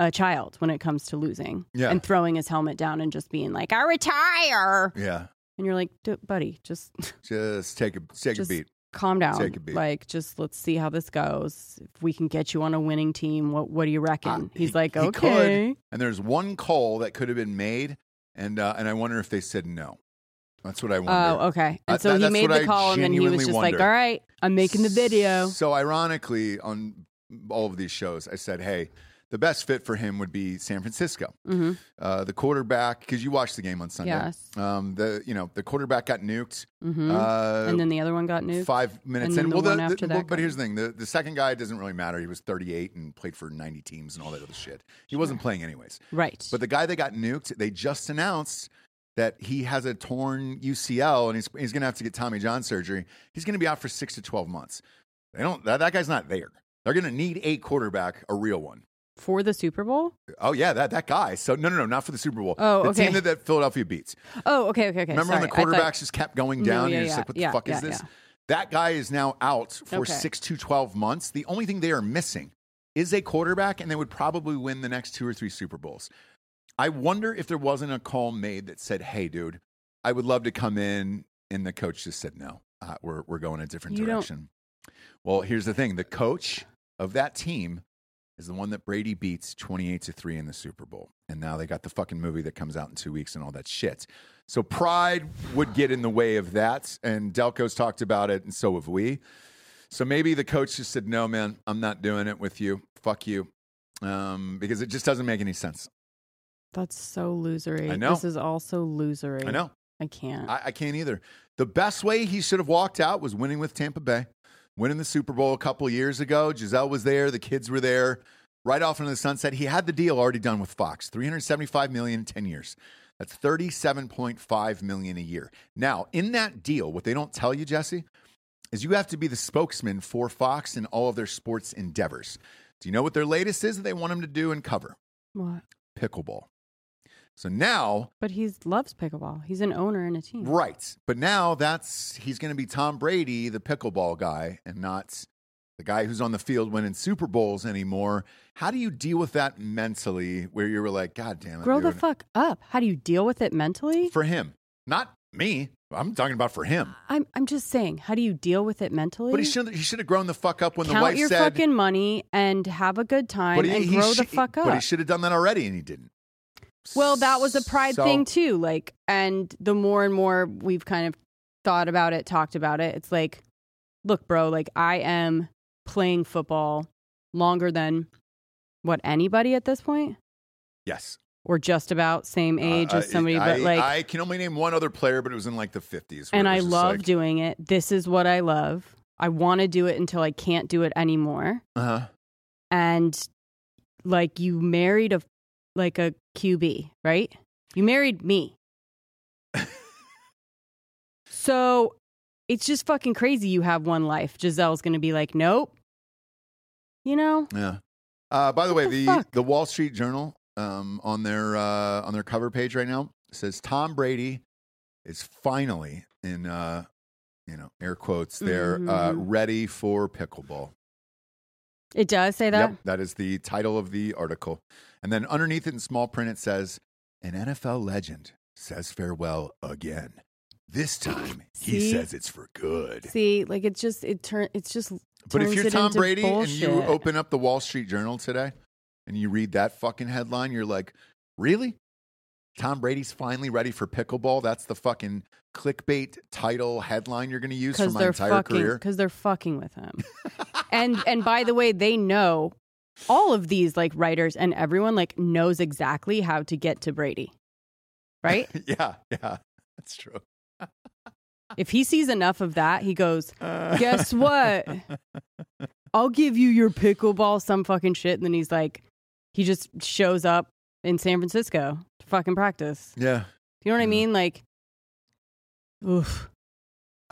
a child when it comes to losing Yeah. and throwing his helmet down and just being like, "I retire," Yeah. and you're like, "Dude, "Buddy, just Just take a take Just- a beat. calm down. Take a beat. Like, just let's see how this goes. If we can get you on a winning team, what what do you reckon?" Uh, He's he- like, he could. "Okay." And there's one call that could have been made, and uh, and I wonder if they said no. That's what I wonder. Oh, okay. And Uh, so that- he that's made what the I call, and then he was genuinely just like, wonder. "All right, I'm making the video." So ironically, on all of these shows, I said, "Hey, the best fit for him would be San Francisco. hmm Uh, the quarterback, because you watched the game on Sunday. Yes. Um, the you know the quarterback got nuked. hmm Uh, and then the other one got nuked. Five minutes And then in. the well, one after that well, but guy. here's the thing: the, the second guy doesn't really matter. He was 38 and played for 90 teams and all that other shit. He wasn't playing anyways. Right. But the guy that got nuked, they just announced that he has a torn UCL and he's, he's going to have to get Tommy John surgery. He's going to be out for six to 12 months. They don't, that, that guy's not there. They're going to need a quarterback, a real one. for the Super Bowl. Oh, yeah, that, that guy. So, no, no, no, not for the Super Bowl. Oh, the okay. team that, that Philadelphia beats. Oh, okay, okay, okay. Remember Sorry. when the I thought- quarterbacks just kept going No, down? and yeah, you're just yeah, like, what yeah, the fuck yeah, is this? yeah. That guy is now out for Okay. six to 12 months. The only thing they are missing is a quarterback, and they would probably win the next two or three Super Bowls. I wonder if there wasn't a call made that said, hey, dude, I would love to come in. And the coach just said, no, uh, we're, we're going a different You don't- direction. Well, here's the thing the coach of that team is the one that Brady beats 28 to 3 in the Super Bowl. And now they got the fucking movie that comes out in 2 weeks and all that shit. So pride would get in the way of that and Delco's talked about it and so have we. So maybe the coach just said, "No, man, I'm not doing it with you. Fuck you." Um, because it just doesn't make any sense. That's so losery. I know. This is also losery. I know. I can't. I, I can't either. The best way he should have walked out was winning with Tampa Bay, winning the Super Bowl a couple years ago. Giselle was there, the kids were there. Right off into the sunset, he had the deal already done with Fox, 375 million in 10 years. That's 37.5 million a year. Now, in that deal, what they don't tell you, Jesse, is you have to be the spokesman for Fox in all of their sports endeavors. Do you know what their latest is that they want him to do and cover? what? Pickleball. So now, But he loves pickleball. He's an owner in a team. right. But now that's he's going to be Tom Brady, the pickleball guy, and not the guy who's on the field winning Super Bowls anymore. How do you deal with that mentally where you were like, God damn it. Grow the dude." fuck up. How do you deal with it mentally? For him, not me. I'm talking about for him. I'm I'm just saying, how do you deal with it mentally? But he should he should have grown the fuck up when Count the wife your said. fucking money and have a good time but he, and he grow sh- the fuck up. But he should have done that already, and he didn't. Well, that was a pride So- thing too. Like, and the more and more we've kind of thought about it, talked about it, it's like, look, bro, like I am playing football longer than what anybody at this point, Yes, or just about same age Uh, as somebody, I, but like, I can only name one other player, but it was in like the fifties. and I love doing it. This is what I love. I want to do it until I can't do it anymore. Uh-huh. and like you married a like a QB, right? You married me. so it's just fucking crazy you have one life. Giselle's going to be like, "Nope." You know? Yeah. Uh, by the way, the the the, fuck? Wall Street Journal um, on their uh, on their cover page right now says Tom Brady is finally in uh, you know air quotes there uh, Mhm. ready for pickleball. It does say that. Yep, that is the title of the article. And then underneath it in small print, it says, An NFL legend says farewell again. This time, he See? says it's for good. See, like it's just it turn it's just but if turns you're it Tom into Brady and you bullshit. open up the Wall Street Journal today and you read that fucking headline, you're like, Really? Tom Brady's finally ready for pickleball? That's the fucking clickbait title headline you're going to use for cuz my they're entire fucking career? cuz they're fucking with him. and and by the way, they know all of these like writers and everyone like knows exactly how to get to Brady. Right? yeah, yeah, that's true. If he sees enough of that, he goes, Uh, Guess what? I'll give you your pickleball, some fucking shit. And then he's like, he just shows up in San Francisco to fucking practice. Yeah. You know what I Yeah. mean? Like, oof.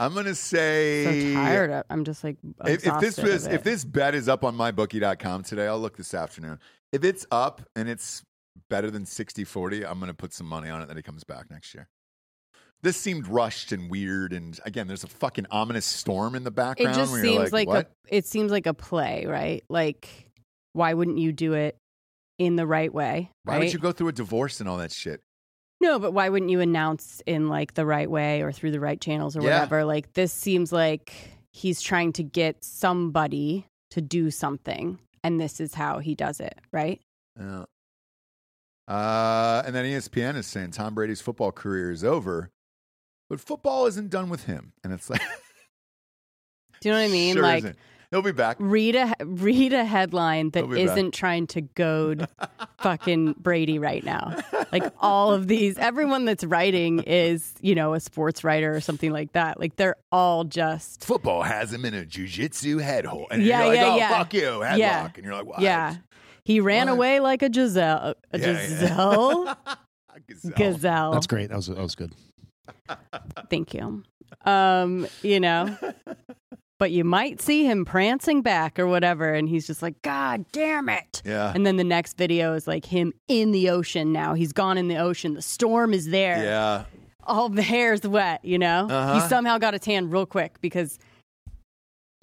I'm going to So say. tired. of- I'm just like, if, if this exhausted was of if it. this bet is up on mybookie.com today i'll look this afternoon if it's up and it's better than 60-40 i'm going to put some money on it that he comes back next year this seemed rushed and weird and again there's a fucking ominous storm in the background it just where seems you're like, like, what? a, it seems like a play, right? Like, why wouldn't you do it in the right way? why right? would you go through a divorce and all that shit No, but why wouldn't you announce in like the right way or through the right channels or Yeah. whatever? Like this seems like he's trying to get somebody to do something and this is how he does it, right? Yeah. Uh, and then ESPN is saying Tom Brady's football career is over, but football isn't done with him. And it's like, Do you know what I mean? sure like isn't. he'll be back. read a read a headline that He'll be back. isn't trying to goad fucking Brady right now. Like all of these everyone that's writing is, you know, a sports writer or something like that. Like they're all just football has him in a jujitsu head hole. And Yeah, you're like, yeah, oh, yeah. fuck you, headlock. Yeah. And you're like, what? Yeah. He ran What? away like a Giselle. A Yeah, yeah. Giselle? Gazelle. Gazelle. That's great. That was that was good. Thank you. Um, you know, but you might see him prancing back or whatever, and he's just like, God damn it. Yeah. And then the next video is like him in the ocean now. He's gone in the ocean. The storm is there. Yeah. All the hair's wet, you know? Uh-huh. He somehow got a tan real quick because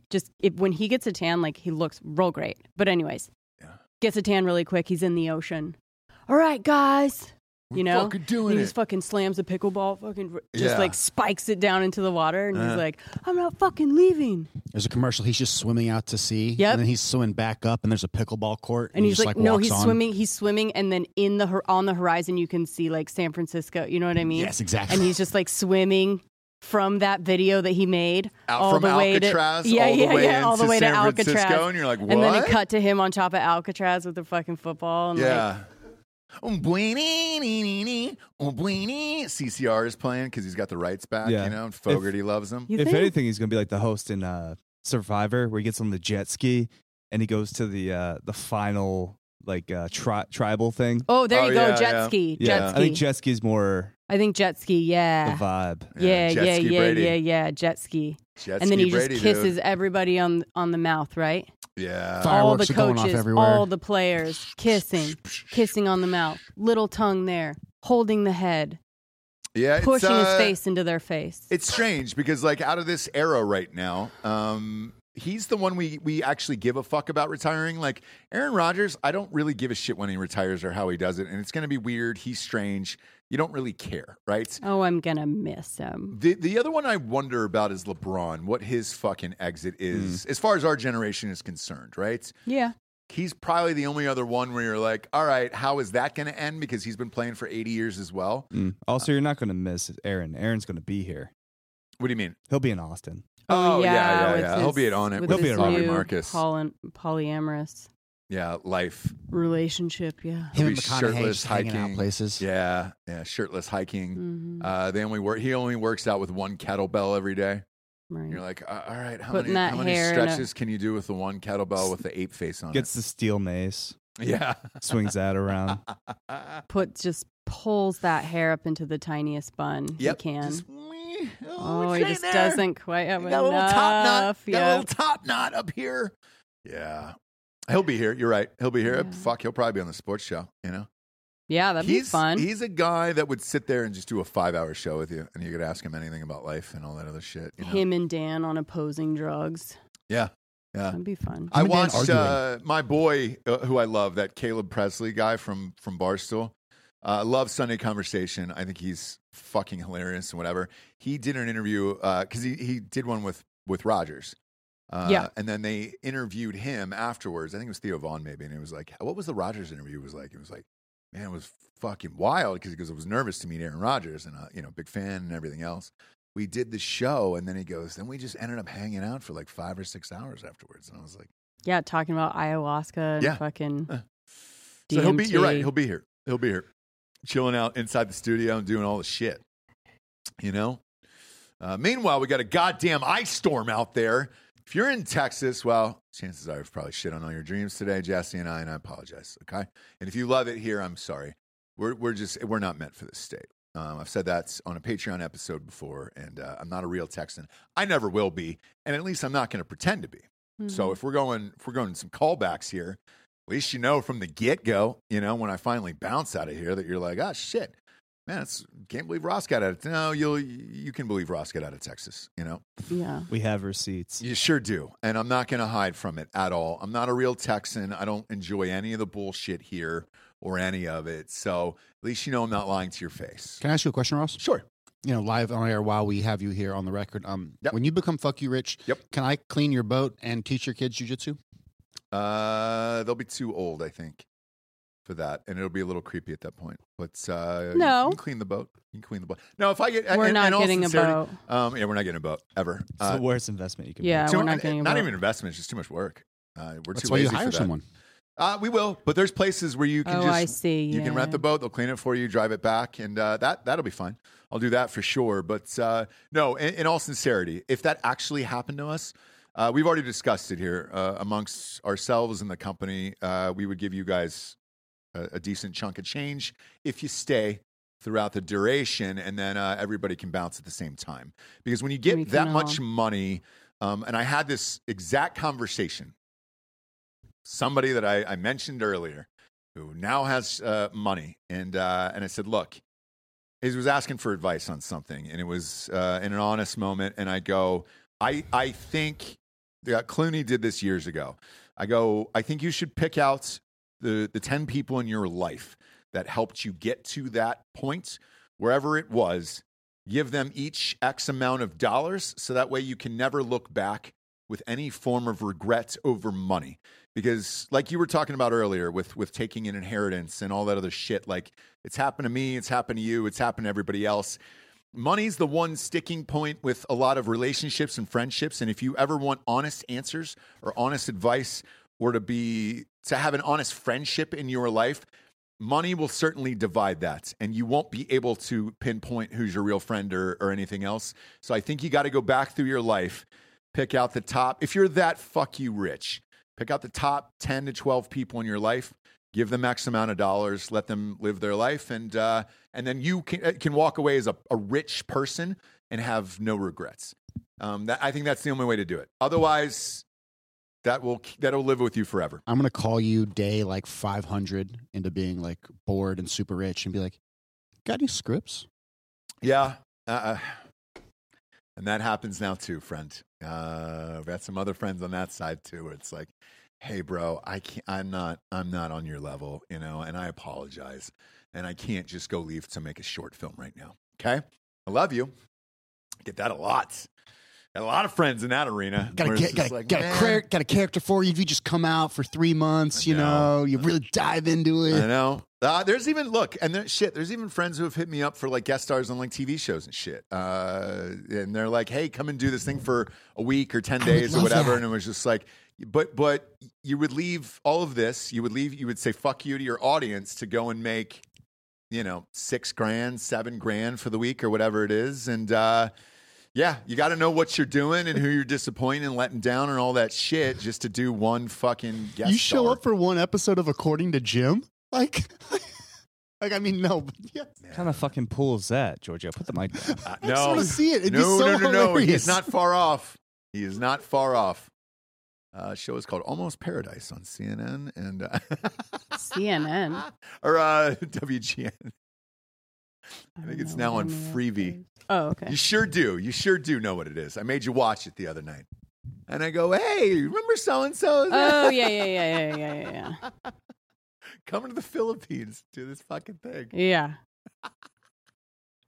just if, when he gets a tan, like he looks real great. But, anyways, Yeah. gets a tan really quick. He's in the ocean. All right, guys. We're You know, fucking And doing he it. just fucking slams a pickleball, fucking r- just Yeah. like spikes it down into the water, and Uh-huh. he's like, "I'm not fucking leaving." There's a commercial. He's just swimming out to sea. Yep. And then he's swimming back up, and there's a pickleball court. And he he's just, like, "No, walks he's on. swimming. He's swimming." And then in the hor- on the horizon, you can see like San Francisco. You know what I mean? Yes, exactly. And he's just like swimming from that video that he made Out all from the way Alcatraz to yeah, all the yeah, way yeah, all into the way to San Alcatraz. Francisco, and you're like, what? And then it cut to him on top of Alcatraz with the fucking football. And like, yeah. Um, bweenie, nee, nee, nee, um, bweenie. CCR is playing because he's got the rights back, Yeah. you know, and Fogarty loves him. you if think? anything, he's gonna be like the host in uh, Survivor, where he gets on the jet ski and he goes to the uh, the final like uh, tri- tribal thing. Oh, there Oh, you go, yeah, jet yeah. ski, yeah, jet I ski. think jet ski's more I think jet ski. the Yeah, vibe. yeah, jet yeah, ski yeah, Brady. yeah, yeah, jet ski. Jet and then ski he Brady, just dude. kisses everybody on on the mouth, right? Yeah. Fuck. all Fireworks the are going off coaches, everywhere. all the players kissing, kissing on the mouth, little tongue there, holding the head, Yeah, it's, pushing his uh, face into their face. It's strange because like out of this era right now, um, he's the one we we actually give a fuck about retiring. Like Aaron Rodgers, I don't really give a shit when he retires or how he does it, and it's gonna be weird. He's strange. You don't really care, right? oh, I'm gonna miss him. The the other one I wonder about is LeBron. What his fucking exit is, as far as our generation is concerned, right? Yeah, He's probably the only other one where you're like, all right, how is that going to end? Because he's been playing for 80 years as well. Mm. Also, you're not going to miss Aaron. Aaron's going to be here. What do you mean? He'll be in Austin. Oh, yeah, yeah, with yeah. He'll be his- on it with with his He'll be on it. new Marcus. Poly- polyamorous Yeah, life. relationship. Yeah. He'll Him and be McConaughey shirtless, just hanging out hiking. places. Yeah, yeah, shirtless hiking. Mhm. Uh, they only work. He only works out with one kettlebell every day. right. And you're like, "Uh, all right, how Putting many, that how many hair in a- stretches can you do with the one kettlebell with the ape face on Gets the steel mace, it? Yeah, swings that around. Put just pulls that hair up into the tiniest bun yep. he can. Just, "Wee, oh, it's he right just there. doesn't quite have Got enough. a little top knot. Got a Yeah. little top knot up here. Yeah, he'll be here. You're right. He'll be here. Yeah. Fuck, he'll probably be on the sports show. You know, yeah, that'd he's be fun. He's a guy that would sit there and just do a five hour show with you, and you could ask him anything about life and all that other shit. You know? Him and Dan on opposing drugs. Yeah. Yeah. That'd be fun. I Him and Dan watched arguing. uh, my boy, uh, who I love, that Caleb Presley guy from from Barstool. Uh, I love Sunday Conversation. I think he's fucking hilarious and whatever. He did an interview because he he did one with with Rogers. Uh, Yeah. and then they interviewed him afterwards. I think it was Theo Vaughn, maybe, and it was like, "What was the Rogers interview?" was like, it was like, man, it was fucking wild because because I was nervous to meet Aaron Rodgers and uh, you know, big fan and everything else we did the show and then he goes then we just ended up hanging out for like five or six hours afterwards and i was like Yeah, talking about ayahuasca and Yeah. fucking Huh. so he'll be you're right DMT. he'll be here he'll be here chilling out inside the studio and doing all the shit you know uh, meanwhile we got a goddamn ice storm out there if you're in texas well chances are i've probably shit on all your dreams today jesse and i and i apologize okay and if you love it here i'm sorry we're, we're just we're not meant for this state um, i've said that on a patreon episode before and uh, i'm not a real texan i never will be and at least i'm not going to pretend to be so if we're going, if we're going some callbacks here, at least you know from the get go, you know, when I finally bounce out of here, that you're like, ah, shit, man, it's can't believe Ross got out of. No, you'll you can believe Ross got out of Texas, you know. Mm-hmm. yeah. We have receipts. You sure do. And I'm not going to hide from it at all. I'm not a real Texan. I don't enjoy any of the bullshit here or any of it. So at least you know I'm not lying to your face. Can I ask you a question, Ross? Sure. You know, live on air while we have you here on the record. Um, Yep. when you become fuck you rich, Yep. Can I clean your boat and teach your kids jujitsu? Uh, they'll be too old, I think, for that, and it'll be a little creepy at that point. But uh, you- No. you can clean the boat. You can clean the boat. No, if I get, We're in- in not all getting a sincerity, boat. Um, yeah, we're not getting a boat ever. It's Uh, the worst investment you can Yeah. make. too- we're not and- getting a not boat. even investment. It's just too much work. Uh, we're That's too why you lazy hire for that. someone. Uh, we will, but there's places where you can Oh, just I see. you can rent the boat. They'll clean it for you, drive it back, and uh, that that'll be fine. I'll do that for sure. But uh, no, in, in all sincerity, if that actually happened to us, uh, we've already discussed it here uh, amongst ourselves and the company. Uh, we would give you guys a, a decent chunk of change if you stay throughout the duration, and then uh, everybody can bounce at the same time. Because when you We get that can much all- money, um, and I had this exact conversation, somebody that I, I mentioned earlier who now has uh, money, and uh, and I said, look, he was asking for advice on something, and it was uh, in an honest moment, and I go, I I think yeah, Clooney did this years ago. I go, I think you should pick out the the ten people in your life that helped you get to that point, wherever it was. Give them each X amount of dollars, so that way you can never look back with any form of regret over money. Because, like you were talking about earlier, with with taking an inheritance and all that other shit, like it's happened to me, it's happened to you, it's happened to everybody else money's the one sticking point with a lot of relationships and friendships and if you ever want honest answers or honest advice or to be to have an honest friendship in your life money will certainly divide that and you won't be able to pinpoint who's your real friend or, or anything else so i think you got to go back through your life pick out the top if you're that fuck you rich pick out the top 10 to 12 people in your life give them x amount of dollars let them live their life and uh, and then you can, uh, can walk away as a, a rich person and have no regrets um, that, i think that's the only way to do it otherwise that will that'll live with you forever I'm gonna call you day like 500 into being like bored and super rich and be like, Got any scripts? Yeah. Uh, uh, and that happens now too, friend. Uh, I've got some other friends on that side too, where it's like, hey, bro, I can't, I'm not, I'm not on your level, you know, and I apologize, and I can't just go leave to make a short film right now. Okay, I love you. Get that a lot. Got a lot of friends in that arena. Got a where it's ca- got just a, like, got, a "Man, char- got a character for you. If you just come out for three months, I you know. know, you really dive into I it. know. Uh, there's even look and there, shit. There's even friends who have hit me up for like guest stars on like TV shows and shit. Uh, and they're like, "Hey, come and do this thing for a week or ten I would days or love whatever." that. And it was just like, but but you would leave all of this. You would leave. You would say fuck you to your audience to go and make, you know, six grand, seven grand for the week or whatever it is. And uh, yeah, you got to know what you're doing and who you're disappointing and letting down and all that shit just to do one fucking guest. you show star. up for one episode of According to Jim, like, like I mean, no, but yeah, What kind of fucking pool is that, Giorgio? Put the mic down. Uh, I just no. want to see it. It'd no, be so no, no, no. hilarious. He's not far off. He is not far off. Uh, show is called Almost Paradise on CNN and uh, CNN. or uh, WGN. I think don't it's know now what on any of Freevee. those- Oh, okay. You sure do. You sure do know what it is. I made you watch it the other night, and I go, "Hey, remember so and so Oh yeah, yeah, yeah, yeah, yeah, yeah, yeah. coming to the Philippines to do this fucking thing? Yeah.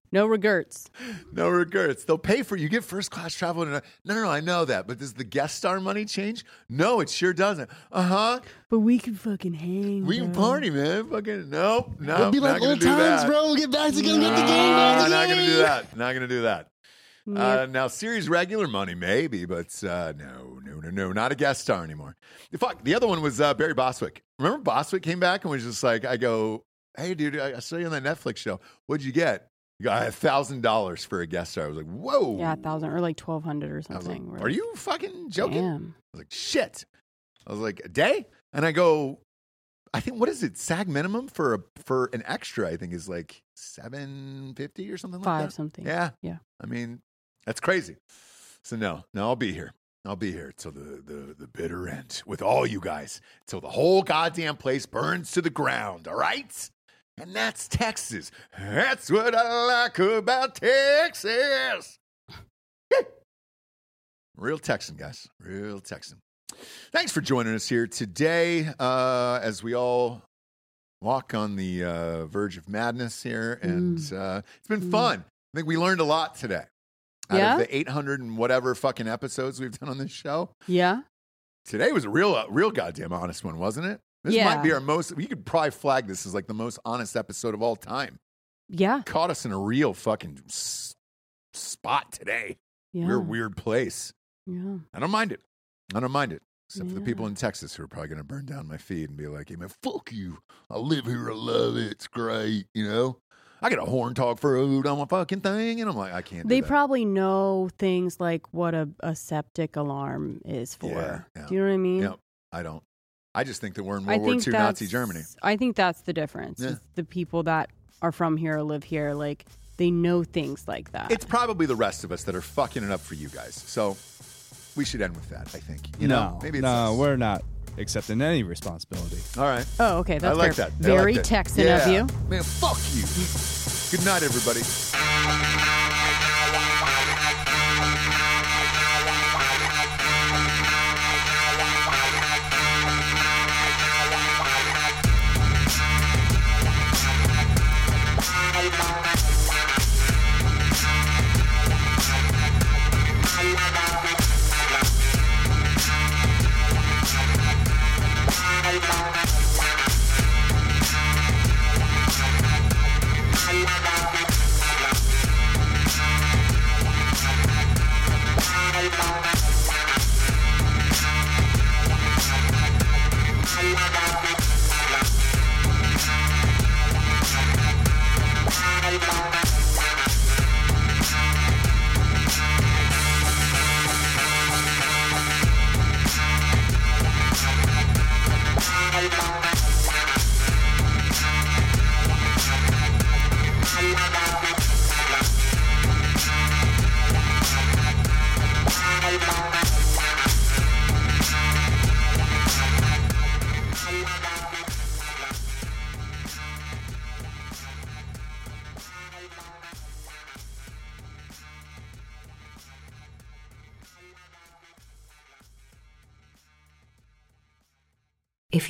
No regrets. No regrets. They'll pay for you. Get first class travel. And, no, no, no. I know that, but does the guest star money change? No, it sure doesn't. Uh huh. But we can fucking hang. We can bro. party, man. Fucking nope. No, It'd be like not gonna old do times, that. bro. We'll get back together, get the game, Ah, get the not gonna do game. that. Not gonna do that. Nope. Uh, now, series regular money, maybe, but uh, no, no, no, no, not a guest star anymore. Fuck. The other one was uh, Barry Boswick. Remember, Boswick came back and was just like, "I go, hey, dude, I I saw you on that Netflix show. What'd you get? You got a thousand dollars for a guest star." I was like, "Whoa." yeah, a thousand or like twelve hundred or I was something. like, We're "Are you fucking joking?" Damn. I was like, shit. I was like, a day? And I go, I think what is it? SAG minimum for a for an extra, I think, is like seven fifty or something Five like that. something. Yeah. Yeah. I mean, that's crazy. So no, no, I'll be here. I'll be here till the, the, the bitter end with all you guys, till the whole goddamn place burns to the ground, all right? And that's Texas. That's what I like about Texas. Real Texan, guys. Real Texan. Thanks for joining us here today uh, as we all walk on the uh, verge of madness here. And uh, it's been Mm. fun. I think we learned a lot today. Out Yeah? of the 800 and whatever fucking episodes we've done on this show, Yeah. today was a real, a real goddamn honest one, wasn't it? This might Yeah. be our most, we could probably flag this as like the most honest episode of all time. Yeah. Caught us in a real fucking s- spot today. Yeah. We're a weird place. Yeah. I don't mind it. I don't mind it. Except for the Yeah. people in Texas who are probably going to burn down my feed and be like, hey, man, fuck you. I live here. I love it. It's great. You know, I get a horn dog for food on my fucking thing. And I'm like, I can't. They do that. probably know things like what a, a septic alarm is for. Yeah, yeah. Do you know what I mean? Yep. I don't. I just think that we're in I World War think II Nazi that's- Germany. I think that's the difference. Yeah. is The people that are from here or live here, like they know things like that. It's probably the rest of us that are fucking it up for you guys. So we should end with that, I think. You know, no, maybe it's. no, us. we're not accepting any responsibility. All right. oh, okay. That's I like fair. that. I like very that. Texan of Yeah. you. Man, fuck you. Good night, everybody. Bye. If